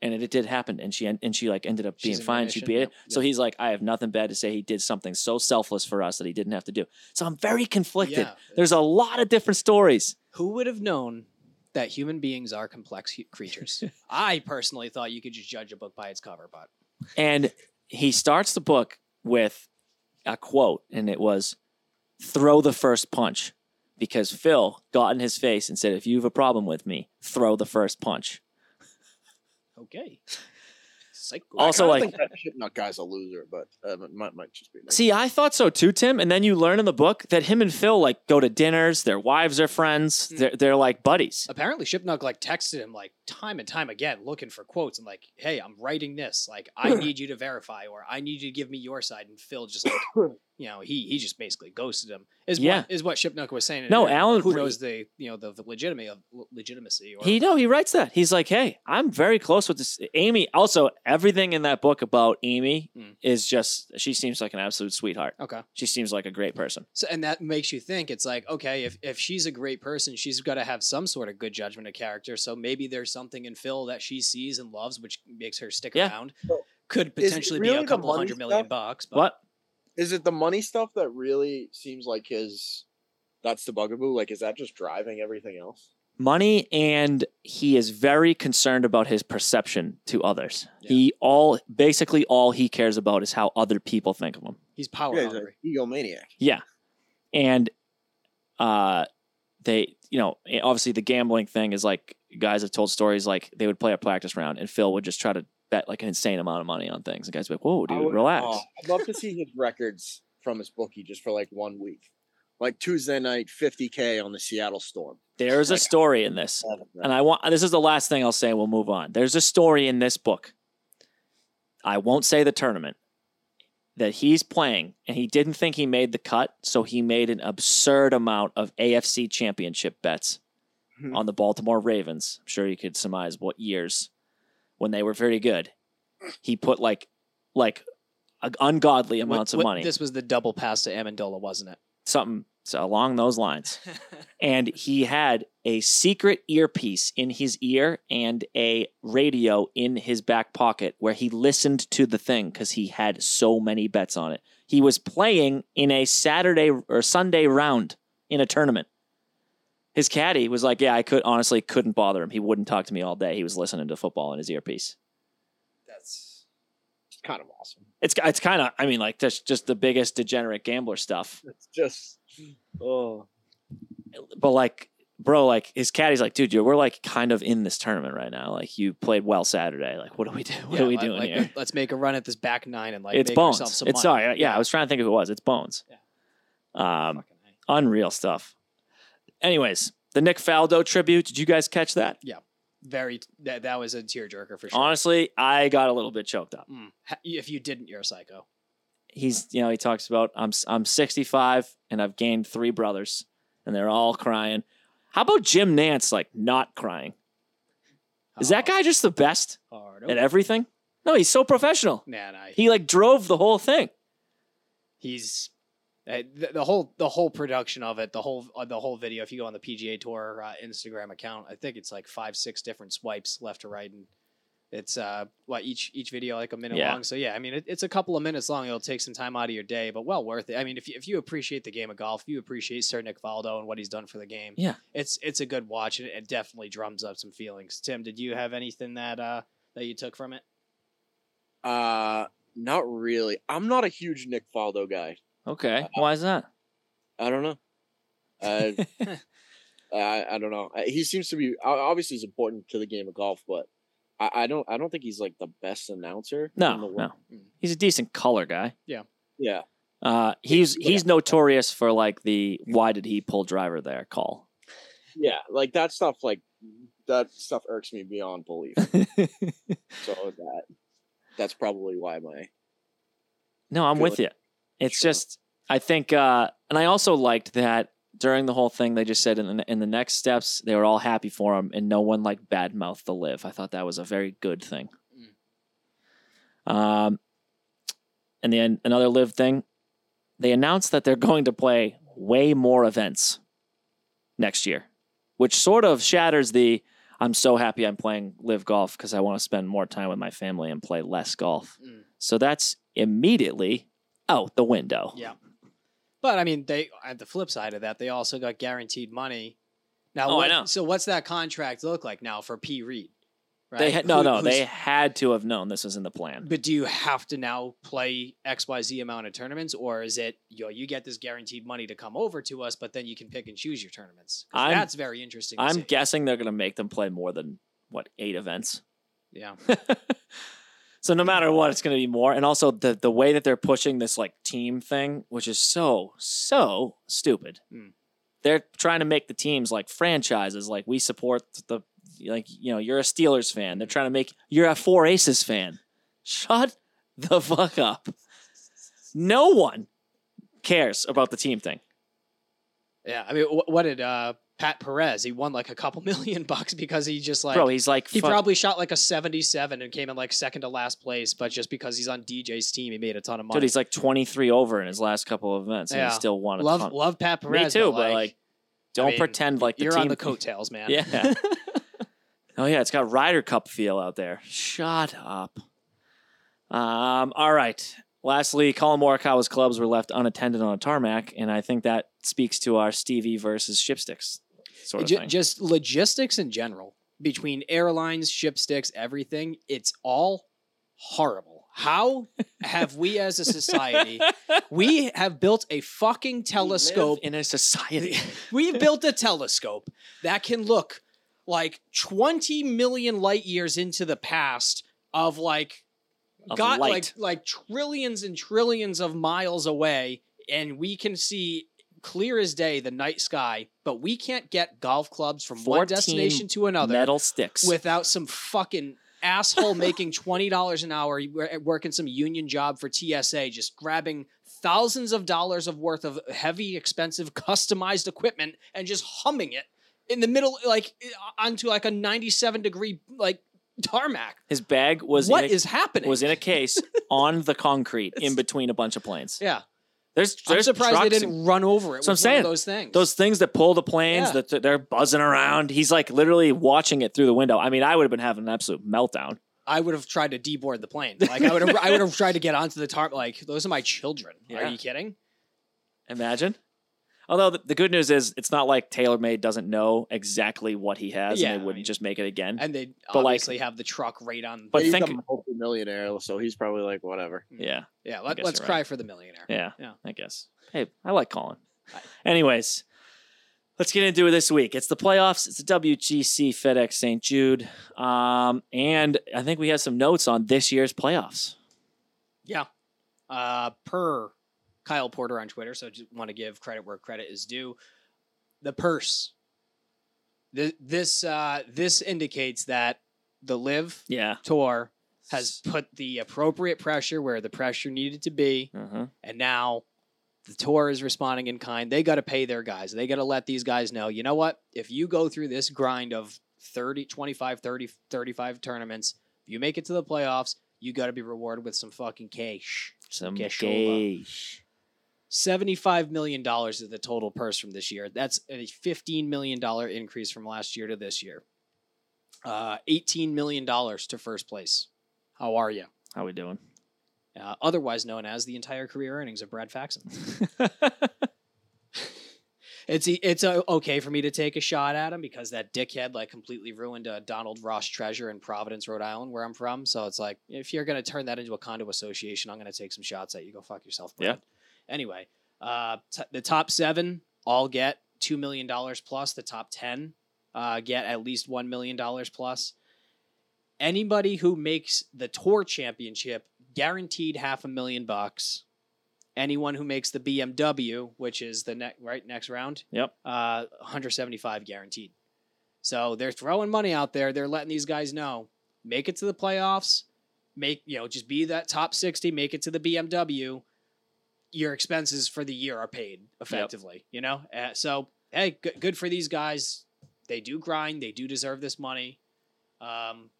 Speaker 3: And it, it did happen, and she en- and she like ended up being
Speaker 4: She's in
Speaker 3: fine. She
Speaker 4: remission,
Speaker 3: beat it.
Speaker 4: yep,
Speaker 3: So he's like, I have nothing bad to say. He did something so selfless for us that he didn't have to do. So I'm very conflicted.
Speaker 4: Yeah.
Speaker 3: There's a lot of different stories.
Speaker 4: Who would have known that human beings are complex hu-
Speaker 3: [LAUGHS]
Speaker 4: creatures? I personally thought you could just judge a book by its cover, but
Speaker 3: And he starts the book with a quote, and it was throw the first punch because Phil got in his face and said, If you have a problem with me, throw the first punch.
Speaker 4: okay. Psycho.
Speaker 3: also,
Speaker 5: I
Speaker 3: like,
Speaker 5: think that Shipnut guy's a loser, but uh, it might, might just be. me.
Speaker 3: see, I thought so too, Tim. And then you learn in the book that him and Phil like go to dinners, their wives are friends,
Speaker 4: Hmm.
Speaker 3: they're, they're like buddies.
Speaker 4: apparently Shipnuck like texted him like time and time again looking for quotes and like, hey, I'm writing this. Like
Speaker 3: [CLEARS THROAT]
Speaker 4: I need you to verify or I need you to give me your side. And Phil just
Speaker 3: [CLEARS THROAT]
Speaker 4: like you know, he he just basically ghosted him. Is
Speaker 3: Yeah.
Speaker 4: what is what Shipnuck was saying. in
Speaker 3: No,
Speaker 4: there.
Speaker 3: Alan-
Speaker 4: who knows the you know the legitimacy of legitimacy or
Speaker 3: He no, he writes that. He's like, hey, I'm very close with this Amy. Also, everything in that book about Amy
Speaker 4: Mm.
Speaker 3: is just she seems like an absolute sweetheart.
Speaker 4: Okay.
Speaker 3: She seems like a great person.
Speaker 4: So and that makes you think it's like, okay, if, if she's a great person, she's gotta have some sort of good judgment of character. So maybe there's something in Phil that she sees and loves, which makes her stick
Speaker 3: Yeah.
Speaker 4: around.
Speaker 5: So,
Speaker 4: Could
Speaker 5: is it
Speaker 4: potentially
Speaker 5: really
Speaker 4: be a
Speaker 5: the
Speaker 4: couple
Speaker 5: money
Speaker 4: hundred million
Speaker 5: stuff?
Speaker 4: bucks, but
Speaker 3: What?
Speaker 5: Is it the money stuff that really seems like his? That's the bugaboo. Like, is that just driving everything else?
Speaker 3: money and he is very concerned about his perception to others. He all basically all he cares about is how other people think of him.
Speaker 4: he's power
Speaker 5: Yeah, he's
Speaker 4: hungry.
Speaker 5: an egomaniac.
Speaker 3: Yeah. and uh, they, you know, obviously the gambling thing is like guys have told stories like they would play a practice round and Phil would just try to bet like an insane amount of money on things. And guys would be like, whoa, dude,
Speaker 5: I would-
Speaker 3: relax.
Speaker 5: oh, I'd love to see his records from his bookie just for like one week. Like Tuesday night, 50K on the Seattle Storm.
Speaker 3: There's a
Speaker 5: Like-
Speaker 3: story in this. and I want this is the last thing I'll say. and We'll move on. There's a story in this book. I won't say the tournament that he's playing, and he didn't think he made the cut, so he made an absurd amount of AFC championship bets
Speaker 4: Hmm.
Speaker 5: Mhm.
Speaker 3: on the Baltimore Ravens. I'm sure you could surmise what years when they were very good. He put like like a- ungodly
Speaker 4: What-
Speaker 3: amounts
Speaker 4: what-
Speaker 3: of money,
Speaker 4: This was the double pass to Amendola, wasn't it?
Speaker 3: something so along those lines
Speaker 4: [LAUGHS]
Speaker 3: and he had a secret earpiece in his ear and a radio in his back pocket where he listened to the thing because he had so many bets on it. He was playing in a Saturday or Sunday round in a tournament. His caddy was like, "Yeah, I could honestly couldn't bother him. He wouldn't talk to me all day. He was listening to football in his earpiece."
Speaker 5: That's kind of awesome.
Speaker 3: It's it's kind of I mean like that's just the biggest degenerate gambler stuff.
Speaker 5: It's just, oh.
Speaker 3: but like bro like his caddy's like dude you're, we're like kind of in this tournament right now like you played well saturday like what do we do what
Speaker 4: Yeah,
Speaker 3: are we
Speaker 4: like-
Speaker 3: doing
Speaker 4: like,
Speaker 3: here
Speaker 4: Let's make a run at this back nine and like
Speaker 3: it's
Speaker 4: make
Speaker 3: bones
Speaker 4: ourselves
Speaker 3: it's
Speaker 4: some money.
Speaker 3: sorry yeah, i was trying to think of who it was it's bones um
Speaker 4: Fucking A.
Speaker 3: unreal stuff anyways the nick faldo tribute did you guys catch that
Speaker 4: Very that, that was a tearjerker for sure.
Speaker 3: honestly i got a little bit choked up
Speaker 4: Mm. Ha- If you didn't, you're a psycho.
Speaker 3: he's you know he talks about i'm i'm 65 and i've gained three brothers and they're all crying how about jim nance like not crying is that
Speaker 4: Oh.
Speaker 3: guy just the best
Speaker 4: Hard.
Speaker 3: at everything no he's so professional
Speaker 4: Nah, nah,
Speaker 3: He like drove the whole thing.
Speaker 4: he's uh, the, the whole the whole production of it, the whole uh, the whole video. If you go on the PGA Tour uh, Instagram account, I think it's like five six different swipes left to right, and it's uh what each each video like a minute
Speaker 3: Yeah.
Speaker 4: long. So yeah, I mean it, it's a couple of minutes long. It'll take some time out of your day, but well worth it. I mean if you, if you appreciate the game of golf, you appreciate Sir Nick Faldo and what he's done for the game.
Speaker 3: Yeah.
Speaker 4: it's it's a good watch, and it definitely drums up some feelings. Tim, did you have anything that uh that you took from it?
Speaker 5: Uh, not really. I'm not a huge Nick Faldo guy.
Speaker 3: Okay,
Speaker 5: Uh-huh.
Speaker 3: why is that?
Speaker 5: I don't know.
Speaker 3: [LAUGHS]
Speaker 5: I, I I don't know. I- He seems to be o- obviously he's important to the game of golf, but I, I don't I don't think he's like the best announcer.
Speaker 3: No,
Speaker 5: in the
Speaker 3: no.
Speaker 5: world. Hmm.
Speaker 3: He's a decent color guy.
Speaker 5: Yeah,
Speaker 3: Uh, he's
Speaker 5: Yeah.
Speaker 3: he's notorious for like the why did he pull driver there [LAUGHS] call.
Speaker 5: yeah. Like that stuff. Like that stuff irks me beyond
Speaker 3: [LAUGHS]
Speaker 5: belief. so that that's probably why my
Speaker 3: No, I'm with you. It's
Speaker 5: Sure.
Speaker 3: just I think, uh, and I also liked that during the whole thing they just said in the, in the next steps they were all happy for him and no one like badmouthed the live. I thought that was a very good thing. Um, and then another live thing, they announced that they're going to play way more events next year, which sort of shatters the. I'm so happy I'm playing live golf because I want to spend more time with my family and play less golf.
Speaker 4: Mm.
Speaker 3: So that's immediately out Oh, the window.
Speaker 4: Yeah. But I mean, they at the flip side of that, they also got guaranteed money. Now,
Speaker 3: Oh, I
Speaker 4: what,
Speaker 3: know.
Speaker 4: so what's that contract look like now for P. Reed? Right?
Speaker 3: They had, no,
Speaker 4: Who-
Speaker 3: no,
Speaker 4: who's-
Speaker 3: they had to have known this was in the plan.
Speaker 4: But do you have to now play X Y Z amount of tournaments, or is it yo you get this guaranteed money to come over to us, but then you can pick and choose your tournaments? 'Cause
Speaker 3: I'm-
Speaker 4: that's very interesting. to
Speaker 3: I'm
Speaker 4: see.
Speaker 3: guessing they're going to make them play more than what eight events.
Speaker 4: yeah,
Speaker 3: so no matter what, it's going to be more. And also the the way that they're pushing this like team thing, which is so so stupid.
Speaker 4: Mm.
Speaker 3: They're trying to make the teams like franchises. Like we support the like you know you're a Steelers fan. They're trying to make you're a Four Aces fan. Shut the fuck up. No one cares about the team thing.
Speaker 4: yeah. I mean, wh- what did uh, Pat Perez? He won like a couple [LAUGHS] million bucks because he just like
Speaker 3: Bro, he's like
Speaker 4: He
Speaker 3: fuck-
Speaker 4: probably shot like a 77 and came in like second to last place, but just because he's on DJ's team, he made a ton of
Speaker 3: Dude,
Speaker 4: money.
Speaker 3: he's like 23 over in his last couple of events, and
Speaker 4: Yeah.
Speaker 3: he still won a
Speaker 4: love
Speaker 3: ton.
Speaker 4: love Pat Perez.
Speaker 3: Me too, but like, don't
Speaker 4: mean,
Speaker 3: pretend like the
Speaker 4: you're
Speaker 3: team
Speaker 4: on the coattails, man.
Speaker 3: [LAUGHS] Yeah. oh yeah, it's got Ryder Cup feel out there. Shut up. Um. All right. Lastly, Colin Morikawa's clubs were left unattended on a tarmac, and I think that speaks to our Stevie versus Shipsticks sort of
Speaker 4: Ju-
Speaker 3: thing.
Speaker 4: just logistics in general between airlines, ship sticks, everything. It's all horrible.
Speaker 3: [LAUGHS]
Speaker 4: How have we as a society, we have built a fucking telescope.
Speaker 3: in a
Speaker 4: [LAUGHS]
Speaker 3: society.
Speaker 4: We have built a telescope that can look like 20 million light years into the past of like
Speaker 3: Of
Speaker 4: got
Speaker 3: light.
Speaker 4: like like trillions and trillions of miles away and we can see clear as day the night sky, but we can't get golf clubs from one
Speaker 3: 14
Speaker 4: destination to another
Speaker 3: metal sticks.
Speaker 4: without some fucking asshole making $20 an hour wor- working some union job for TSA just grabbing thousands of dollars of worth of heavy expensive customized equipment and just humming it in the middle like uh, onto like a 97 degree like tarmac
Speaker 3: his bag was
Speaker 4: What
Speaker 3: in
Speaker 4: is
Speaker 3: a,
Speaker 4: happening
Speaker 3: was in a case on
Speaker 4: [LAUGHS]
Speaker 3: the concrete in between a bunch of planes.
Speaker 4: yeah
Speaker 3: There's
Speaker 4: i'm
Speaker 3: there's
Speaker 4: surprised they
Speaker 3: trucks
Speaker 4: didn't run over it
Speaker 3: So I'm
Speaker 4: with one
Speaker 3: saying,
Speaker 4: of those things
Speaker 3: those things that pull the planes
Speaker 4: Yeah.
Speaker 3: that that they're buzzing around. He's like literally watching it through the window. I mean, I would have been having an absolute meltdown.
Speaker 4: i would have tried to deboard the plane like i would have i would have tried to get onto the tarp like those are my children
Speaker 3: Yeah.
Speaker 4: are you kidding
Speaker 3: Imagine. Although the, the good news is, it's not like TaylorMade doesn't know exactly what he has,
Speaker 4: Yeah,
Speaker 3: and
Speaker 4: I
Speaker 3: they wouldn't
Speaker 4: mean-
Speaker 3: just make it again.
Speaker 4: and they
Speaker 3: Mm. But, like-
Speaker 4: obviously have the truck right on
Speaker 3: but
Speaker 5: he's
Speaker 3: think,
Speaker 5: a multi-millionaire, so he's probably like whatever.
Speaker 3: yeah,
Speaker 4: Yeah,
Speaker 3: let-
Speaker 4: let,
Speaker 3: guess let's
Speaker 4: us
Speaker 3: you're cry
Speaker 4: cry for the millionaire.
Speaker 3: yeah,
Speaker 4: Yeah.
Speaker 3: I guess. Hey, I like Colin. Anyways, let's get into it this week. It's the playoffs. It's the WGC FedEx St. Jude, um, and I think we have some notes on this year's playoffs.
Speaker 4: Yeah. Uh, per Kyle Porter on Twitter, so just want to give credit where credit is due. The purse. Th- This uh, this indicates that the live
Speaker 3: Yeah.
Speaker 4: tour has put the appropriate pressure where the pressure needed to be,
Speaker 3: Uh-huh.
Speaker 4: and now the tour is responding in kind. They got to pay their guys. They got to let these guys know, you know what? If you go through this grind of 30, 25, 30, 35 tournaments, if you make it to the playoffs, you got to be rewarded with some fucking cash.
Speaker 3: Some
Speaker 4: Geshola.
Speaker 3: cash.
Speaker 4: $75 million is the total purse from this year. That's a $15 million increase from last year to this year. Uh, $18 million to first place. How are you?
Speaker 3: How we doing?
Speaker 4: Uh, otherwise known as the entire career earnings of Brad Faxon. [LAUGHS] It's it's uh, okay for me to take a shot at him because that dickhead like completely ruined a Donald Ross treasure in Providence, Rhode Island, where I'm from. So it's like if you're gonna turn that into a condo association, I'm gonna take some shots at you. Go fuck yourself,
Speaker 3: Yeah.
Speaker 4: Brad. Anyway, uh, t- the top seven all get two million dollars plus. The top ten uh, get at least one million dollars plus. Anybody who makes the tour championship guaranteed half a million bucks. Anyone who makes the BMW, which is the next right next round,
Speaker 3: Yep.
Speaker 4: uh, 175 guaranteed. So they're throwing money out there. They're letting these guys know, make it to the playoffs, make you know, just be that top 60, make it to the BMW. Your expenses for the year are paid effectively, you know. Uh, so hey, good, good for these guys. They do grind. They do deserve this money. Um,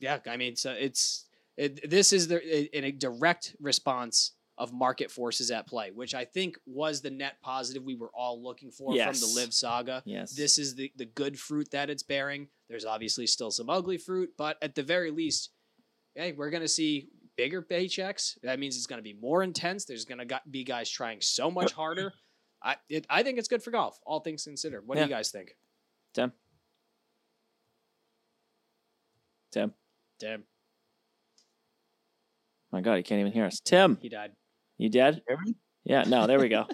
Speaker 4: yeah, I mean, so it's it, this is the in a direct response of market forces at play, which I think was the net positive we were all looking for
Speaker 3: Yes.
Speaker 4: from the live saga.
Speaker 3: Yes.
Speaker 4: This is the the good fruit that it's bearing. There's obviously still some ugly fruit, but at the very least, hey, we're gonna see bigger paychecks. That means it's gonna be more intense. There's gonna got- be guys trying so much harder. I it, I think it's good for golf, all things considered. What
Speaker 3: Yeah.
Speaker 4: do you guys think?
Speaker 3: Tim. Tim.
Speaker 4: Damn,
Speaker 3: My God, he can't even hear us. Tim,
Speaker 4: he died.
Speaker 3: you dead?
Speaker 5: Hear me?
Speaker 3: Yeah. No, there we
Speaker 5: [LAUGHS]
Speaker 3: go.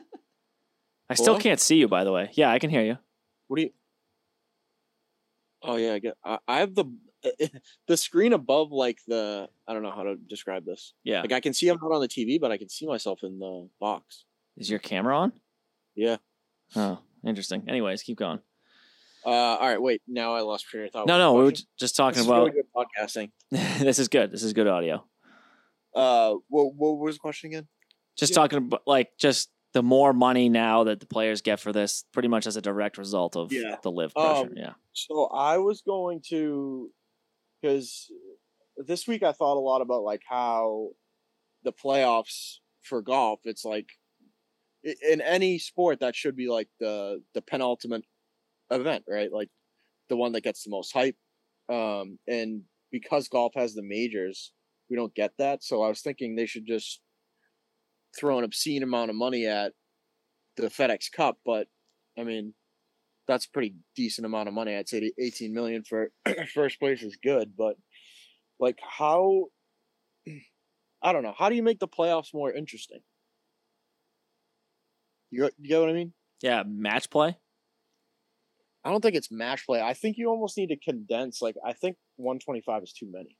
Speaker 3: I still
Speaker 5: Hello?
Speaker 3: can't see you, by the way. Yeah, I can hear you.
Speaker 5: What do you? Oh yeah, I, get, I, I have the [LAUGHS] the screen above like the I don't know how to describe this.
Speaker 3: Yeah.
Speaker 5: Like I can see I'm not on the TV, but I can see myself in the box.
Speaker 3: Is your camera on?
Speaker 5: Yeah.
Speaker 3: Oh, interesting. Anyways, keep going.
Speaker 5: Uh, all right, wait. Now I lost train of thought.
Speaker 3: No,
Speaker 5: with the
Speaker 3: no, we were
Speaker 5: Oh, question.
Speaker 3: j- just talking
Speaker 5: This is
Speaker 3: about.
Speaker 5: really good podcasting.
Speaker 3: [LAUGHS] this is good. This is good audio.
Speaker 5: Uh, what what was the question again?
Speaker 3: Just
Speaker 4: Yeah.
Speaker 3: talking about like just the more money now that the players get for this, pretty much as a direct result of
Speaker 5: Yeah.
Speaker 3: the live pressure.
Speaker 5: Um,
Speaker 3: yeah.
Speaker 5: So I was going to, because this week I thought a lot about like how the playoffs for golf. It's like i- in any sport that should be like the the penultimate event, right? Like the one that gets the most hype. Um, and because golf has the majors, we don't get that. So I was thinking they should just throw an obscene amount of money at the FedEx Cup, but I mean, that's a pretty decent amount of money. I'd say the [CLEARS THROAT] 18 million for first place is good, but like how I don't know. How do you make the playoffs more interesting? You you get what I mean?
Speaker 3: Yeah, match play.
Speaker 5: I don't think it's match play. I think you almost need to condense. Like I think 125 is too many.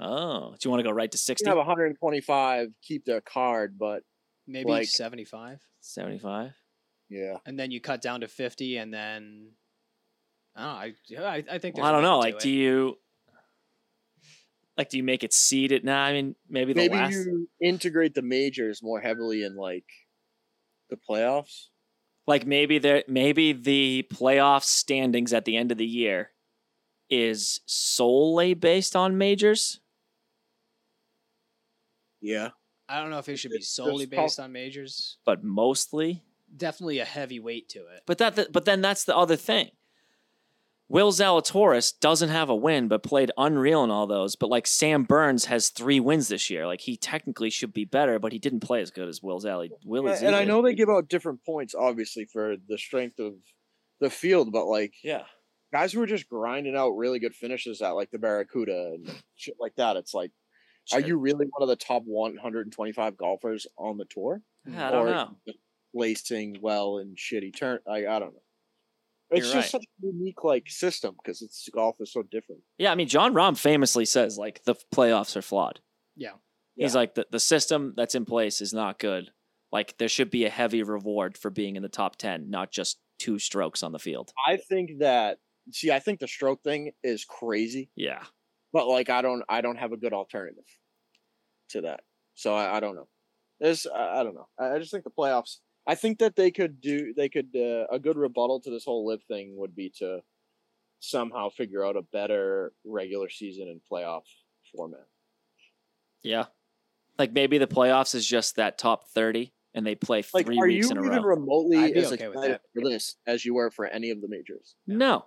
Speaker 3: Oh, do you want to go right to
Speaker 5: You
Speaker 3: 60?
Speaker 5: can have 125, keep the card, but
Speaker 4: Maybe
Speaker 5: Like-
Speaker 4: 75.
Speaker 3: 75?
Speaker 5: yeah,
Speaker 4: And then you cut down to 50 and then I don't know. I, I, I think
Speaker 3: Well, I don't know. Like, do
Speaker 4: you,
Speaker 3: you like do you make it seeded? Nah, I mean maybe the
Speaker 5: maybe
Speaker 3: last.
Speaker 5: you integrate the majors more heavily in like the playoffs.
Speaker 3: Like maybe there, maybe the playoff standings at the end of the year is solely based on majors.
Speaker 5: Yeah,
Speaker 4: I don't know if it should be
Speaker 5: There's-
Speaker 4: solely
Speaker 5: there's prob-
Speaker 4: based on majors.
Speaker 3: but mostly.
Speaker 4: Definitely a heavy weight to it.
Speaker 3: But that, but then that's the other thing. Will Zalatoris doesn't have a win, but played unreal in all those. But like Sam Burns has three wins this year. Like he technically should be better, but he didn't play as good as Will Zally. Will
Speaker 5: and,
Speaker 3: is
Speaker 5: I know they give out different points, obviously, for the strength of the field, but like
Speaker 3: Yeah,
Speaker 5: guys who are just grinding out really good finishes at like the Barracuda and shit like that, it's like, are you really one of the top 125 golfers on the tour?
Speaker 3: I don't
Speaker 5: or
Speaker 3: know.
Speaker 5: Lacing well and shitty turn. I, I don't know. It's
Speaker 3: You're
Speaker 5: just
Speaker 3: right.
Speaker 5: such a unique like system because it's golf is so different.
Speaker 3: Yeah, I mean John Rahm famously says like the playoffs are flawed.
Speaker 4: Yeah.
Speaker 3: he's
Speaker 5: Yeah.
Speaker 3: like the the system that's in place is not good. Like there should be a heavy reward for being in the top ten, not just two strokes on the field.
Speaker 5: I think that see, I think the stroke thing is crazy,
Speaker 3: Yeah,
Speaker 5: but like I don't, I don't have a good alternative to that. So I, I don't know. There's, I I don't know. I, I just think the playoffs. I think that they could do. They could uh, a good rebuttal to this whole live thing would be to somehow figure out a better regular season and playoff format.
Speaker 3: yeah. Like maybe the playoffs is just that top thirty, and they play
Speaker 5: Like,
Speaker 3: three
Speaker 5: are you
Speaker 3: weeks in a
Speaker 5: even
Speaker 3: row.
Speaker 5: remotely
Speaker 4: I'd be
Speaker 5: as
Speaker 4: okay with
Speaker 5: excited
Speaker 4: that.
Speaker 5: for this as you were for any of the majors?
Speaker 3: no,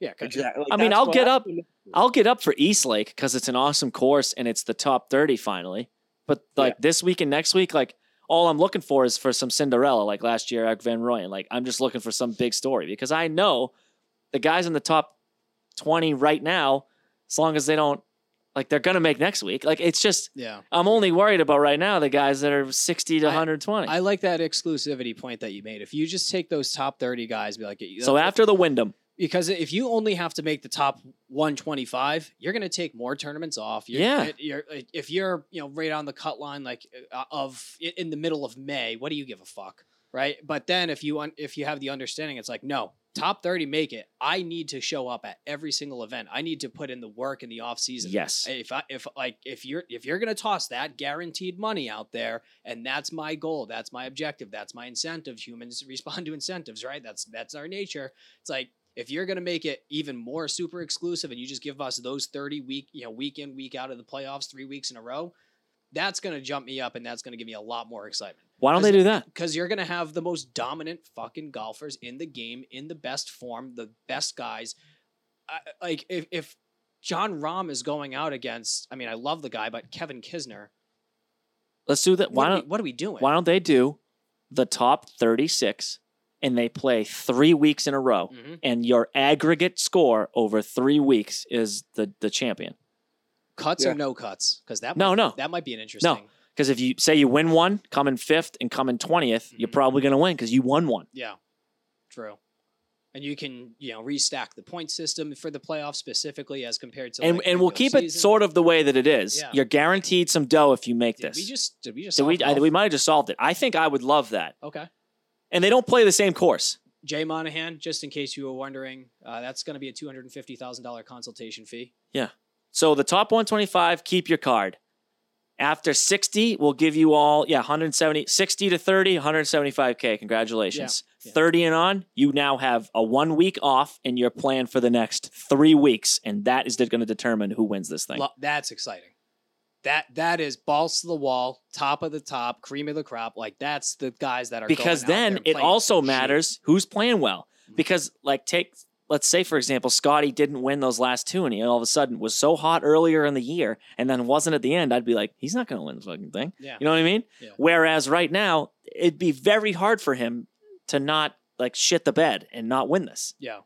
Speaker 4: Yeah, cut-
Speaker 5: Exactly.
Speaker 3: I mean, I'll get up- I'll get up for Eastlake because it's an awesome course and it's the top 30 finally. But
Speaker 5: Yeah.
Speaker 3: like this week and next week, like all I'm looking for is for some Cinderella, like last year at Van Royen. Like I'm just looking for some big story because I know the guys in the top 20 right now, as long as they don't, like they're going to make next week. Like it's just,
Speaker 4: yeah.
Speaker 3: I'm only worried about right now the guys that are 60 to
Speaker 4: I-
Speaker 3: 120.
Speaker 4: I like that exclusivity point that you made. If you just take those top 30 guys, be like,
Speaker 3: so after the Wyndham,
Speaker 4: because if you only have to make the top 125 you're going to take more tournaments off you're,
Speaker 3: Yeah.
Speaker 4: you're, if you're you know right on the cut line like uh, of in the middle of may what do you give a fuck right but then if you un- if you have the understanding it's like no top 30 make it i need to show up at every single event i need to put in the work in the off season
Speaker 3: yes.
Speaker 4: if I, if like if you're if you're gonna toss that guaranteed money out there and that's my goal that's my objective that's my incentive humans respond to incentives right that's that's our nature it's like if you're gonna make it even more super exclusive and you just give us those 30 week you know week in week out of the playoffs three weeks in a row that's gonna jump me up and that's gonna give me a lot more excitement
Speaker 3: Why don't they do that?
Speaker 4: because you're gonna have the most dominant fucking golfers in the game in the best form, the best guys. I, like if if John Rahm is going out against, I mean, I love the guy, but Kevin Kisner.
Speaker 3: Let's do that.
Speaker 4: What,
Speaker 3: Why
Speaker 4: are,
Speaker 3: don't,
Speaker 4: we, what are we doing?
Speaker 3: Why don't they do the top 36 and they play three weeks in a row?
Speaker 4: Mhm.
Speaker 3: And your aggregate score over three weeks is the, the champion.
Speaker 4: Cuts
Speaker 5: Yeah.
Speaker 4: or no cuts? Because that
Speaker 3: No,
Speaker 4: might,
Speaker 3: no.
Speaker 4: that might be an interesting.
Speaker 3: Because if you say you win one, come in fifth, and come in 20th, you're
Speaker 4: Mhm.
Speaker 3: probably going to win because you won one.
Speaker 4: Yeah, true. And you can you know restack the point system for the playoffs specifically as compared to
Speaker 3: and
Speaker 4: like,
Speaker 3: and
Speaker 4: the
Speaker 3: we'll keep it
Speaker 4: season.
Speaker 3: sort of the way that it is.
Speaker 4: Yeah.
Speaker 3: You're guaranteed some dough if you make
Speaker 4: Did
Speaker 3: this.
Speaker 4: we just did we just
Speaker 3: Did
Speaker 4: solve
Speaker 3: we, I,
Speaker 4: golf?
Speaker 3: we might have just solved it. I think I would love that.
Speaker 4: okay.
Speaker 3: And they don't play the same course.
Speaker 4: Jay Monahan, just in case you were wondering, uh, that's going to be a two hundred and fifty thousand dollar consultation fee.
Speaker 3: So the top 125, keep your card. After 60, we'll give you all, yeah, 170, 60 to 30, 175K. Congratulations.
Speaker 4: Yeah, yeah.
Speaker 3: 30 and on, you now have a one week off and you're planned for the next three weeks. And that is going to determine who wins this thing.
Speaker 4: Lo- that's exciting. That that is balls to the wall, top of the top, cream of the crop. Like that's the guys that are
Speaker 3: because
Speaker 4: going out there
Speaker 3: then
Speaker 4: and
Speaker 3: it
Speaker 4: playing
Speaker 3: also
Speaker 4: shit. Mm-hmm.
Speaker 3: matters who's playing well. Because, like, take, let's say, for example, Scotty didn't win those last two and he all of a sudden was so hot earlier in the year and then wasn't at the end. I'd be like, he's not going to win this fucking thing.
Speaker 4: Yeah,
Speaker 3: You know what I mean?
Speaker 4: Yeah.
Speaker 3: Whereas right now, it'd be very hard for him to not like shit the bed and not win this.
Speaker 4: yeah.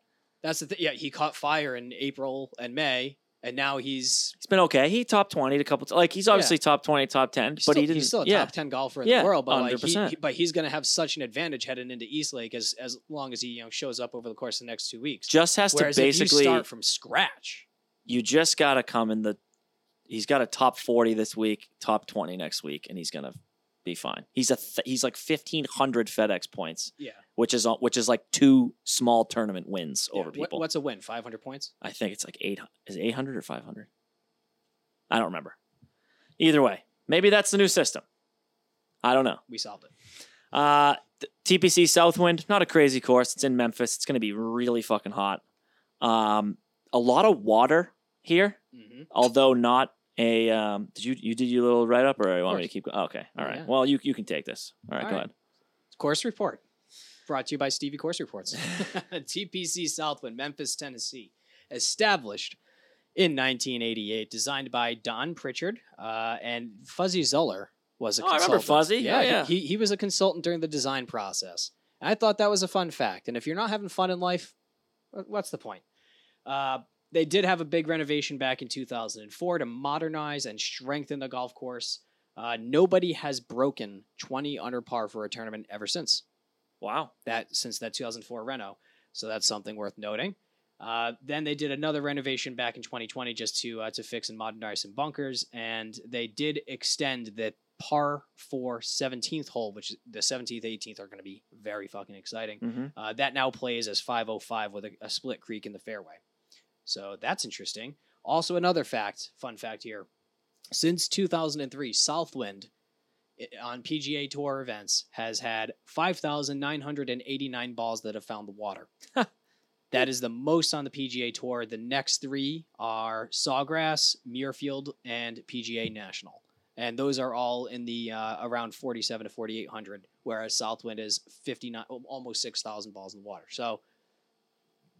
Speaker 4: That's the thing. Yeah, he caught fire in April and May, and now he's
Speaker 3: He's been okay. He top twenty a couple. T- like he's obviously top twenty, top ten,
Speaker 4: he's
Speaker 3: but
Speaker 4: still,
Speaker 3: he didn't.
Speaker 4: he's still a
Speaker 3: yeah,
Speaker 4: top ten golfer in
Speaker 3: Yeah,
Speaker 4: the world. But like he,
Speaker 3: 100%.
Speaker 4: he- but he's going to have such an advantage heading into Eastlake as as long as he you know shows up over the course of the next two weeks.
Speaker 3: just has
Speaker 4: Whereas
Speaker 3: to
Speaker 4: if you
Speaker 3: basically.
Speaker 4: start from scratch,
Speaker 3: you just gotta come in the he's got a top 40 this week top 20 next week and he's gonna be fine he's a th- he's like 1500 fedex points
Speaker 4: yeah.
Speaker 3: which is on- which is like two small tournament wins
Speaker 4: yeah.
Speaker 3: over
Speaker 4: What-
Speaker 3: people
Speaker 4: what's a win? Five hundred points.
Speaker 3: i think it's like 800 is it 800 or 500 i don't remember either way maybe that's the new system i don't know
Speaker 4: We solved it.
Speaker 3: uh, th- TPC Southwind, not a crazy course. It's in Memphis. It's going to be really fucking hot. Um, a lot of water here,
Speaker 4: Mm-hmm.
Speaker 3: although not a. Um, did you you did your little write up, or you want me to keep going? okay, all right.
Speaker 4: Yeah.
Speaker 3: Well, you you can take this. All right,
Speaker 4: All
Speaker 3: go
Speaker 4: right. Course report brought to you by Stevie Course
Speaker 3: [LAUGHS]
Speaker 4: Reports. [LAUGHS] TPC Southwind, Memphis, Tennessee, established in 1988, designed by Don Pritchard uh, and Fuzzy Zoller was a
Speaker 3: Oh, I
Speaker 4: consultant.
Speaker 3: remember Fuzzy. Yeah, yeah.
Speaker 4: He, he was a consultant during the design process. And I thought that was a fun fact. And if you're not having fun in life, wh- what's the point? Uh, they did have a big renovation back in 2004 to modernize and strengthen the golf course. Uh, nobody has broken 20 under par for a tournament ever since
Speaker 3: Wow.
Speaker 4: that since that 2004 reno. So that's something worth noting. Uh, then they did another renovation back in 2020 just to uh, to fix and modernize some bunkers, and they did extend the par four 17th hole, which is- the 17th, 18th are going to be very fucking exciting.
Speaker 3: Mm-hmm.
Speaker 4: Uh, that now plays as 505 with a, a split creek in the fairway. So that's interesting. Also, another fact, fun fact here since 2003, Southwind i- on PGA Tour events has had 5,989 balls that have found the water. that is the most on the PGA Tour. The next three are Sawgrass, Muirfield, and PGA National. And those are all in the uh, around 47 to 4,800, whereas Southwind is 59, al- almost 6,000 balls in the water. So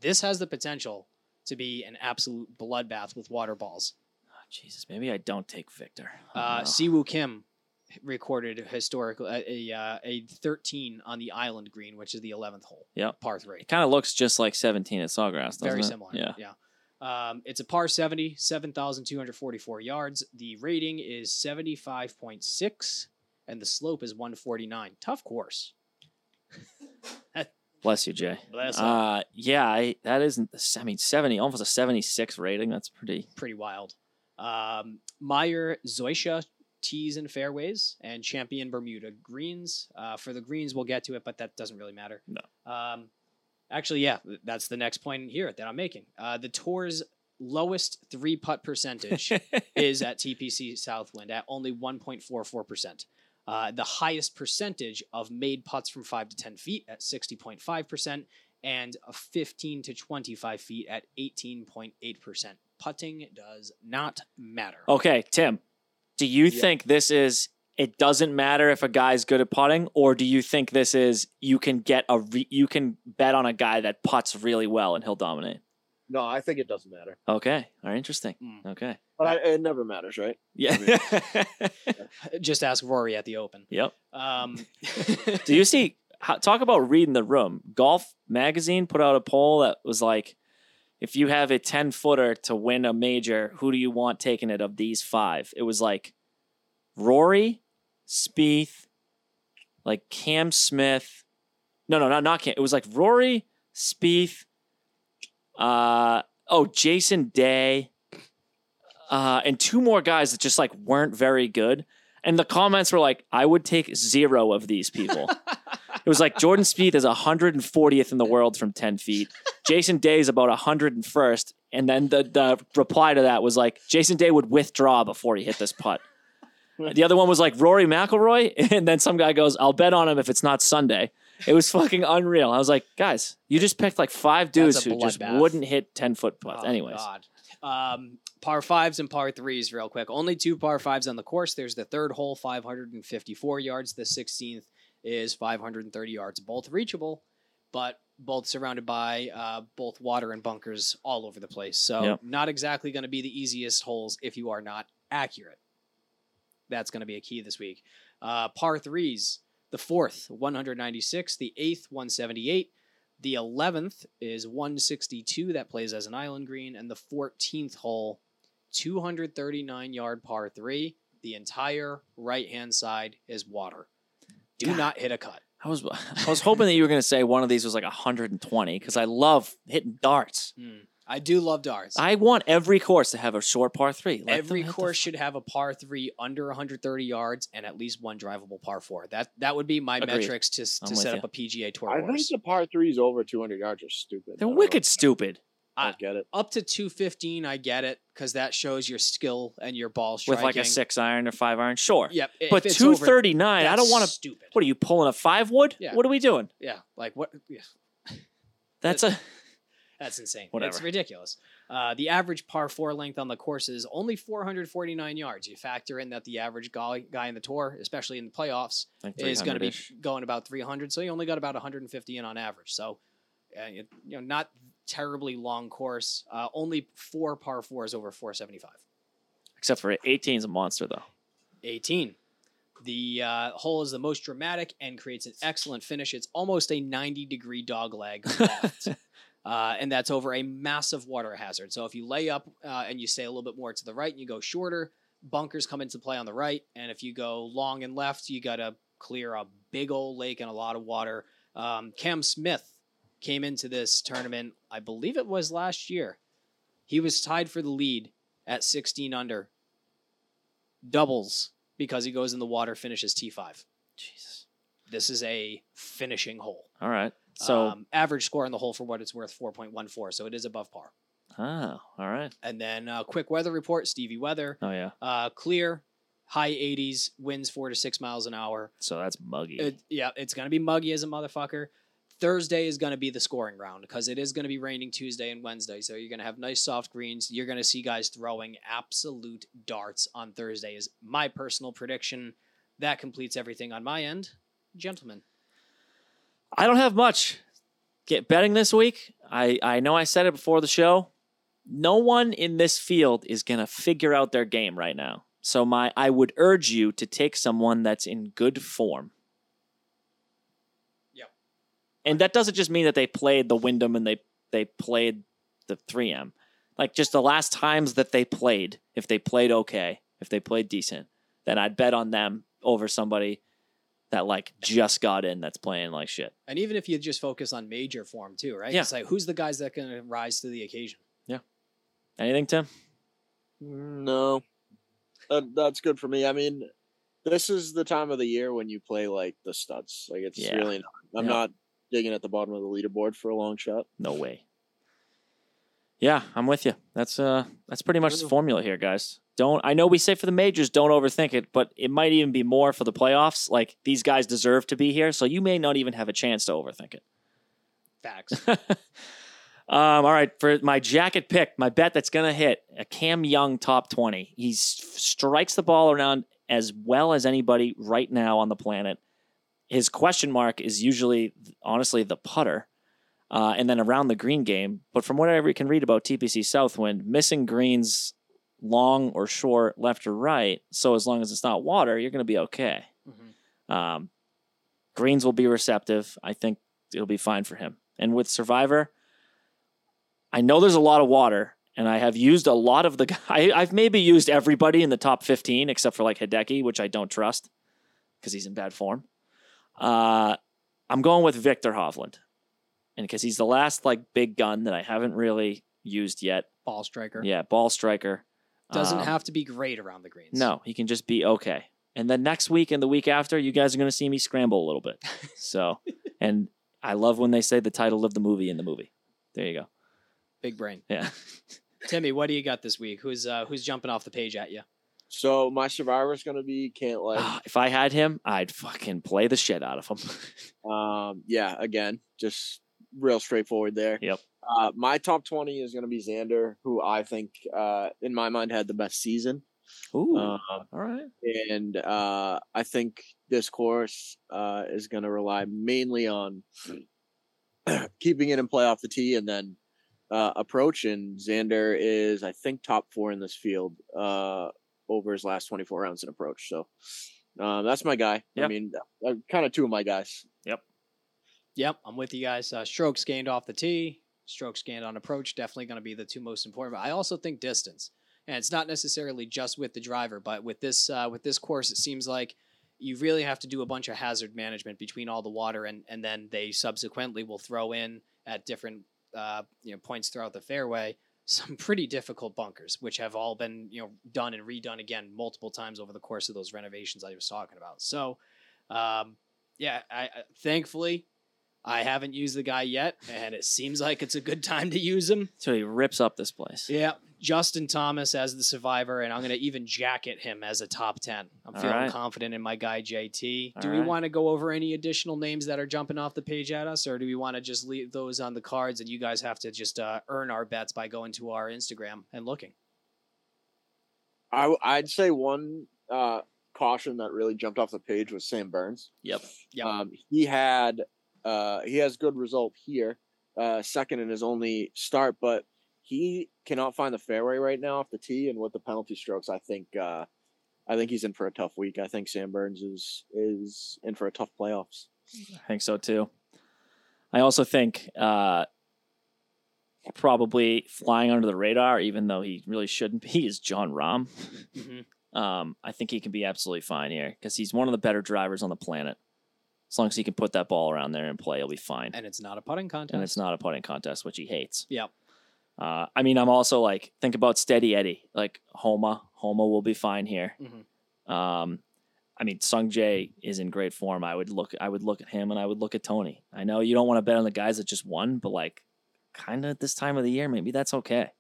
Speaker 4: this has the potential to be an absolute bloodbath with water balls.
Speaker 3: Oh, Jesus, maybe I don't take Victor. Oh,
Speaker 4: Uh,
Speaker 3: no.
Speaker 4: Siwoo Kim recorded a historical a a, uh, a 13 on the island green, which is the 11th hole.
Speaker 3: Yep.
Speaker 4: par three.
Speaker 3: it kind of looks just like 17 at Sawgrass. doesn't
Speaker 4: Very
Speaker 3: it?
Speaker 4: similar.
Speaker 3: Yeah.
Speaker 4: yeah. Um, it's a par 70, 7,244 yards. The rating is 75.6, and the slope is 149. Tough course. [LAUGHS]
Speaker 3: Bless you, Jay.
Speaker 4: Bless up.
Speaker 3: Uh, yeah, I, that isn't. I mean, 70, almost a 76 rating. That's [LAUGHS] pretty.
Speaker 4: pretty wild. Um, Meyer Zoisha tees and fairways and champion Bermuda greens. Uh, for the greens, we'll get to it, but that doesn't really matter. No. Um, actually, yeah, th- that's the next point here that I'm making. Uh, the tour's lowest three putt
Speaker 3: [LAUGHS]
Speaker 4: percentage is at TPC Southwind at only 1.44%. Uh, the highest percentage of made putts from 5 to 10 feet at 60.5%, and a 15 to 25 feet at 18.8%. Putting does not matter.
Speaker 3: Okay, Tim, do you
Speaker 5: Yeah.
Speaker 3: think this is it doesn't matter if a guy's good at putting, or do you think this is you can get a re, you can bet on a guy that puts really well and he'll dominate?
Speaker 6: No, I think it doesn't matter.
Speaker 3: Okay, all right, interesting.
Speaker 4: Mm.
Speaker 3: Okay,
Speaker 5: But I, it never matters, right?
Speaker 3: yeah. [LAUGHS]
Speaker 4: Just ask Rory at the Open.
Speaker 3: yep.
Speaker 4: Um,
Speaker 3: Do you see? How, talk about reading the room. Golf Magazine put out a poll that was like, if you have a ten footer to win a major, who do you want taking it of these five? It was like Rory, Spieth, like Cam Smith. No, no, not not Cam. It was like Rory, Spieth. Uh oh, Jason Day, uh, and two more guys that just like weren't very good. And the comments were like, I would take zero of these
Speaker 4: [LAUGHS]
Speaker 3: people. it was like Jordan Spieth is 140th in the world from 10 feet. Jason Day is about 101st. And then the, the reply to that was like, Jason Day would withdraw before he hit this putt. The other one was like Rory McIlroy, [LAUGHS] and then some guy goes, "I'll bet on him if it's not Sunday." It was fucking unreal. I was like, guys, you just picked like five
Speaker 4: That's
Speaker 3: dudes
Speaker 4: a
Speaker 3: who just
Speaker 4: bloodbath.
Speaker 3: wouldn't hit ten foot putts.
Speaker 4: Oh,
Speaker 3: Anyways,
Speaker 4: God. Um, par fives and par threes, real quick. Only two par fives on the course. There's the third hole, 554 yards. The 16th is 530 yards. Both reachable, but both surrounded by uh, both water and bunkers all over the place. So,
Speaker 3: Yep.
Speaker 4: not exactly going to be the easiest holes if you are not accurate. That's going to be a key this week. Uh, par threes, the fourth, 196, the eighth, 178. The 11th is 162, that plays as an island green, and the 14th hole 239 yard par three. The entire right hand side is water. Do not hit a cut.
Speaker 3: I was [LAUGHS] I was hoping that you were going to say one of these was like 120 because I love hitting darts.
Speaker 4: Hmm. I do love darts.
Speaker 3: I want every course to have a short par three. Let them
Speaker 4: Every
Speaker 3: hit the-
Speaker 4: course should have a par three under 130 yards and at least one drivable par four. That that would be my
Speaker 3: Agreed.
Speaker 4: metrics to, s-
Speaker 3: I'm
Speaker 4: to
Speaker 3: with
Speaker 4: set
Speaker 3: you.
Speaker 4: up a PGA Tour
Speaker 6: I think
Speaker 4: course.
Speaker 6: the par threes over 200 yards are stupid.
Speaker 3: They're
Speaker 6: I don't
Speaker 3: wicked stupid.
Speaker 6: know. I don't get it.
Speaker 4: Up to 215, I get it because that shows your skill and your ball
Speaker 3: with
Speaker 4: striking.
Speaker 3: like a six iron or five iron, sure.
Speaker 4: Yep. i-
Speaker 3: but
Speaker 4: if it's over,
Speaker 3: 239, I
Speaker 4: that's
Speaker 3: don't want to.
Speaker 4: Stupid.
Speaker 3: What are you pulling a five wood?
Speaker 4: Yeah.
Speaker 3: What are we doing?
Speaker 4: Yeah. Like what? yeah,
Speaker 3: That's a
Speaker 4: That's insane. It's
Speaker 3: Whatever.
Speaker 4: ridiculous. Uh, the average par four length on the course is only 449 yards. You factor in that the average guy guy in the tour, especially in the playoffs, is going to be going about 300. So you only got about 150 in on average. So, uh, you you know, not terribly long course. Uh, only four par fours over 475.
Speaker 3: except for 18 is a monster though.
Speaker 4: 18. The uh, hole is the most dramatic and creates an excellent finish. It's almost a 90 degree dog leg left. Uh, and that's over a massive water hazard. So if you lay up uh, and you stay a little bit more to the right and you go shorter, bunkers come into play on the right. And if you go long and left, you got to clear a big old lake and a lot of water. Um, Cam Smith came into this tournament, I believe it was last year. He was tied for the lead at 16 under, doubles because he goes in the water, finishes T5.
Speaker 3: Jesus.
Speaker 4: This is a finishing hole.
Speaker 3: All right. So
Speaker 4: um, average score on the hole for what it's worth, 4.14. So it is above par.
Speaker 3: ah, all right.
Speaker 4: And then uh, quick weather report, Stevie Weather.
Speaker 3: Oh yeah.
Speaker 4: Uh, clear, high 80s, winds four to six miles an hour.
Speaker 3: So that's muggy.
Speaker 4: It, yeah, it's going to be muggy as a motherfucker. Thursday is going to be the scoring round because it is going to be raining Tuesday and Wednesday. So you're going to have nice soft greens. You're going to see guys throwing absolute darts on Thursday, is my personal prediction. That completes everything on my end. Gentlemen,
Speaker 3: I don't have much. Get betting this week. I I know I said it before the show. No one in this field is going to figure out their game right now. So my I would urge you to take someone that's in good form.
Speaker 4: Yep.
Speaker 3: And that doesn't just mean that they played the Wyndham and they they played the 3M. Like just the last times that they played, if they played okay, if they played decent, then I'd bet on them over somebody that like just got in that's playing like shit.
Speaker 4: and even if you just focus on major form too, right?
Speaker 3: Yeah.
Speaker 4: It's like, who's the guys that going to rise to the occasion?
Speaker 3: Anything, Tim?
Speaker 6: No.
Speaker 5: That, that's good for me.
Speaker 6: I mean, this is the time of the year when you play like the studs. Like it's
Speaker 3: Yeah.
Speaker 6: really not. I'm
Speaker 3: Yeah.
Speaker 6: not digging at the bottom of the leaderboard for a long shot.
Speaker 3: No way. Yeah, I'm with you. That's uh that's pretty much the formula here, guys. Don't I know we say for the majors, don't overthink it, but it might even be more for the playoffs. Like these guys deserve to be here, so you may not even have a chance to overthink it. [LAUGHS]
Speaker 4: Facts.
Speaker 3: Um, all right, for my jacket pick, my bet that's gonna hit a Cam Young top twenty. He s- strikes the ball around as well as anybody right now on the planet. His question mark is usually, honestly, the putter, uh, and then around the green game. But from what I can read about TPC Southwind, missing greens long or short, left or right. So as long as it's not water, you're gonna be okay.
Speaker 4: Mhm.
Speaker 3: Um, greens will be receptive. I think it'll be fine for him. And with Survivor. I know there's a lot of water, and I have used a lot of the. [LAUGHS] gu- I, I've maybe used everybody in the top 15 except for like Hideki, which I don't trust because he's in bad form. Uh, I'm going with Victor Hovland, and because he's the last like big gun that I haven't really used yet.
Speaker 4: Ball striker.
Speaker 3: Yeah, ball striker
Speaker 4: Doesn't
Speaker 3: Um,
Speaker 4: have to be great around the greens.
Speaker 3: No, he can just be okay. And then next week and the week after, you guys are going to see me scramble a little [LAUGHS] bit. So, and I love when they say the title of the movie in the movie. There you go.
Speaker 4: Big brain.
Speaker 3: Yeah.
Speaker 4: Timmy, what do you got this week? Who's uh, who's jumping off the page at you?
Speaker 6: So my survivor's gonna be can't like.
Speaker 3: [SIGHS] Ah, if I had him, I'd fucking play the shit out of him.
Speaker 6: Um, yeah, again, just real straightforward there.
Speaker 3: Yep.
Speaker 6: Uh, my top 20 is going to be Xander, who I think, uh, in my mind, had the best season.
Speaker 3: [LAUGHS] Ooh,
Speaker 6: Um,
Speaker 3: all right.
Speaker 6: and uh, I think this course uh, is going to rely mainly on [CLEARS THROAT] keeping it in play off the tee and then uh, approach. And Xander is, I think, top four in this field uh, over his last 24 rounds in approach. So um, that's my guy.
Speaker 3: Yeah.
Speaker 6: I mean, kind of two of my guys.
Speaker 4: Yep, I'm with you guys. Uh, strokes gained off the tee, strokes gained on approach, definitely going to be the two most important. But I also think distance. and it's not necessarily just with the driver, but with this uh, with this course, it seems like you really have to do a bunch of hazard management between all the water, and and then they subsequently will throw in at different uh, you know points throughout the fairway some pretty difficult bunkers, which have all been you know done and redone again multiple times over the course of those renovations I was talking about. So, um, yeah, I, I thankfully. I haven't used the guy yet, and it seems like it's a good time to use him.
Speaker 3: So he rips up this place.
Speaker 4: Yeah, Justin Thomas as the survivor, and I'm going to even jacket him as a top 10. I'm
Speaker 3: All
Speaker 4: feeling
Speaker 3: right.
Speaker 4: confident in my guy, JT.
Speaker 3: All
Speaker 4: do we
Speaker 3: right.
Speaker 4: want to go over any additional names that are jumping off the page at us, or do we want to just leave those on the cards and you guys have to just uh, earn our bets by going to our Instagram and looking?
Speaker 6: I, I'd say one uh, caution that really jumped off the page was Sam Burns.
Speaker 3: Yep.
Speaker 4: Yep.
Speaker 6: Um, he had uh, he has good result here, uh, second in his only start, but he cannot find the fairway right now off the tee, and with the penalty strokes, I think uh, I think he's in for a tough week. I think Sam Burns is is in for a tough playoffs.
Speaker 3: I think so too. I also think uh, probably flying under the radar, even though he really shouldn't be, is John Rahm.
Speaker 4: Mhm.
Speaker 3: Um, I think he can be absolutely fine here because he's one of the better drivers on the planet. As long as he can put that ball around there and play, he'll be fine.
Speaker 4: And it's not a putting contest.
Speaker 3: and it's not a putting contest, which he hates.
Speaker 4: Yep.
Speaker 3: Uh, I mean, I'm also like, think about Steady Eddie, like Homa. Homa will be fine here. Um, I mean, Sung Jae is in great form. I would look, I would look at him, and I would look at Tony. I know you don't want to bet on the guys that just won, but like, kind of at this time of the year, maybe that's okay.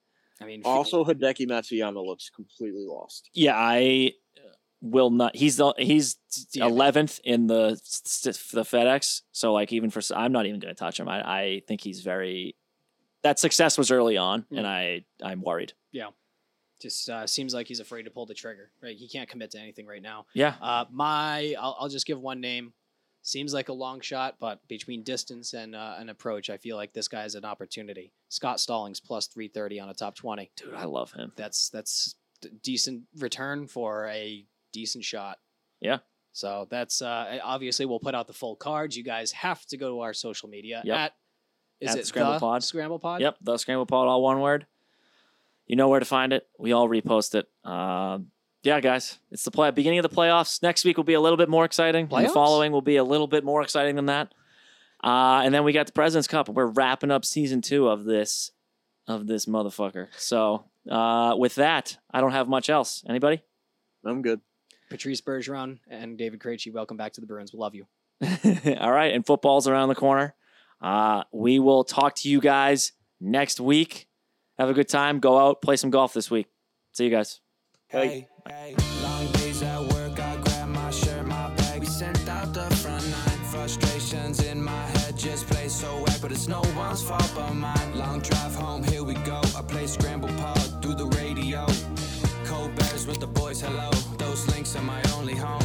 Speaker 4: I mean,
Speaker 6: Also, Hideki Matsuyama looks completely lost.
Speaker 3: Yeah, I will not. He's the he's
Speaker 4: Damn it.
Speaker 3: eleventh in the st- the FedEx. So like even for I'm not even going to touch him. I I think he's very that success was early on,
Speaker 4: Mm.
Speaker 3: and I I'm worried.
Speaker 4: just uh, seems like he's afraid to pull the trigger. Right, he can't commit to anything right now.
Speaker 3: Yeah,
Speaker 4: Uh, my, I'll, I'll just give one name. Seems like a long shot, but between distance and uh, an approach, I feel like this guy has an opportunity. Scott Stallings plus three thirty on a top twenty.
Speaker 3: dude, I love him.
Speaker 4: That's that's d- decent return for a decent shot.
Speaker 3: Yeah.
Speaker 4: So that's uh, obviously we'll put out the full cards. You guys have to go to our social media
Speaker 3: Yep.
Speaker 4: at is
Speaker 3: At
Speaker 4: it
Speaker 3: Scramble
Speaker 4: the
Speaker 3: Pod.
Speaker 4: Scramble Pod?
Speaker 3: Yep, the Scramble Pod, all one word. You know where to find it. We all repost it. Um, yeah, guys, it's the play beginning of the playoffs. Next week will be a little bit more exciting. and
Speaker 4: Playoffs?
Speaker 3: The following will be a little bit more exciting than that. Uh, and then we got the Presidents Cup. We're wrapping up season two of this of this motherfucker. So uh, with that, I don't have much else. Anybody? [LAUGHS]
Speaker 6: I'm good.
Speaker 4: Patrice Bergeron and David Krejci, welcome back to the Bruins. We love you.
Speaker 3: All right, and football's around the corner. Uh, we will talk to you guys next week. Have a good time. Go out, play some golf this week. See you guys.
Speaker 6: Hey.
Speaker 2: Hey, hey, long days at work, I grab my shirt, my bag. We sent out the front line. Frustrations in my head just play so wet, but it's no one's fault but mine. Long drive home, here we go. I play scramble pod through the radio. Cold bears with the boys, hello. Those links are my only home.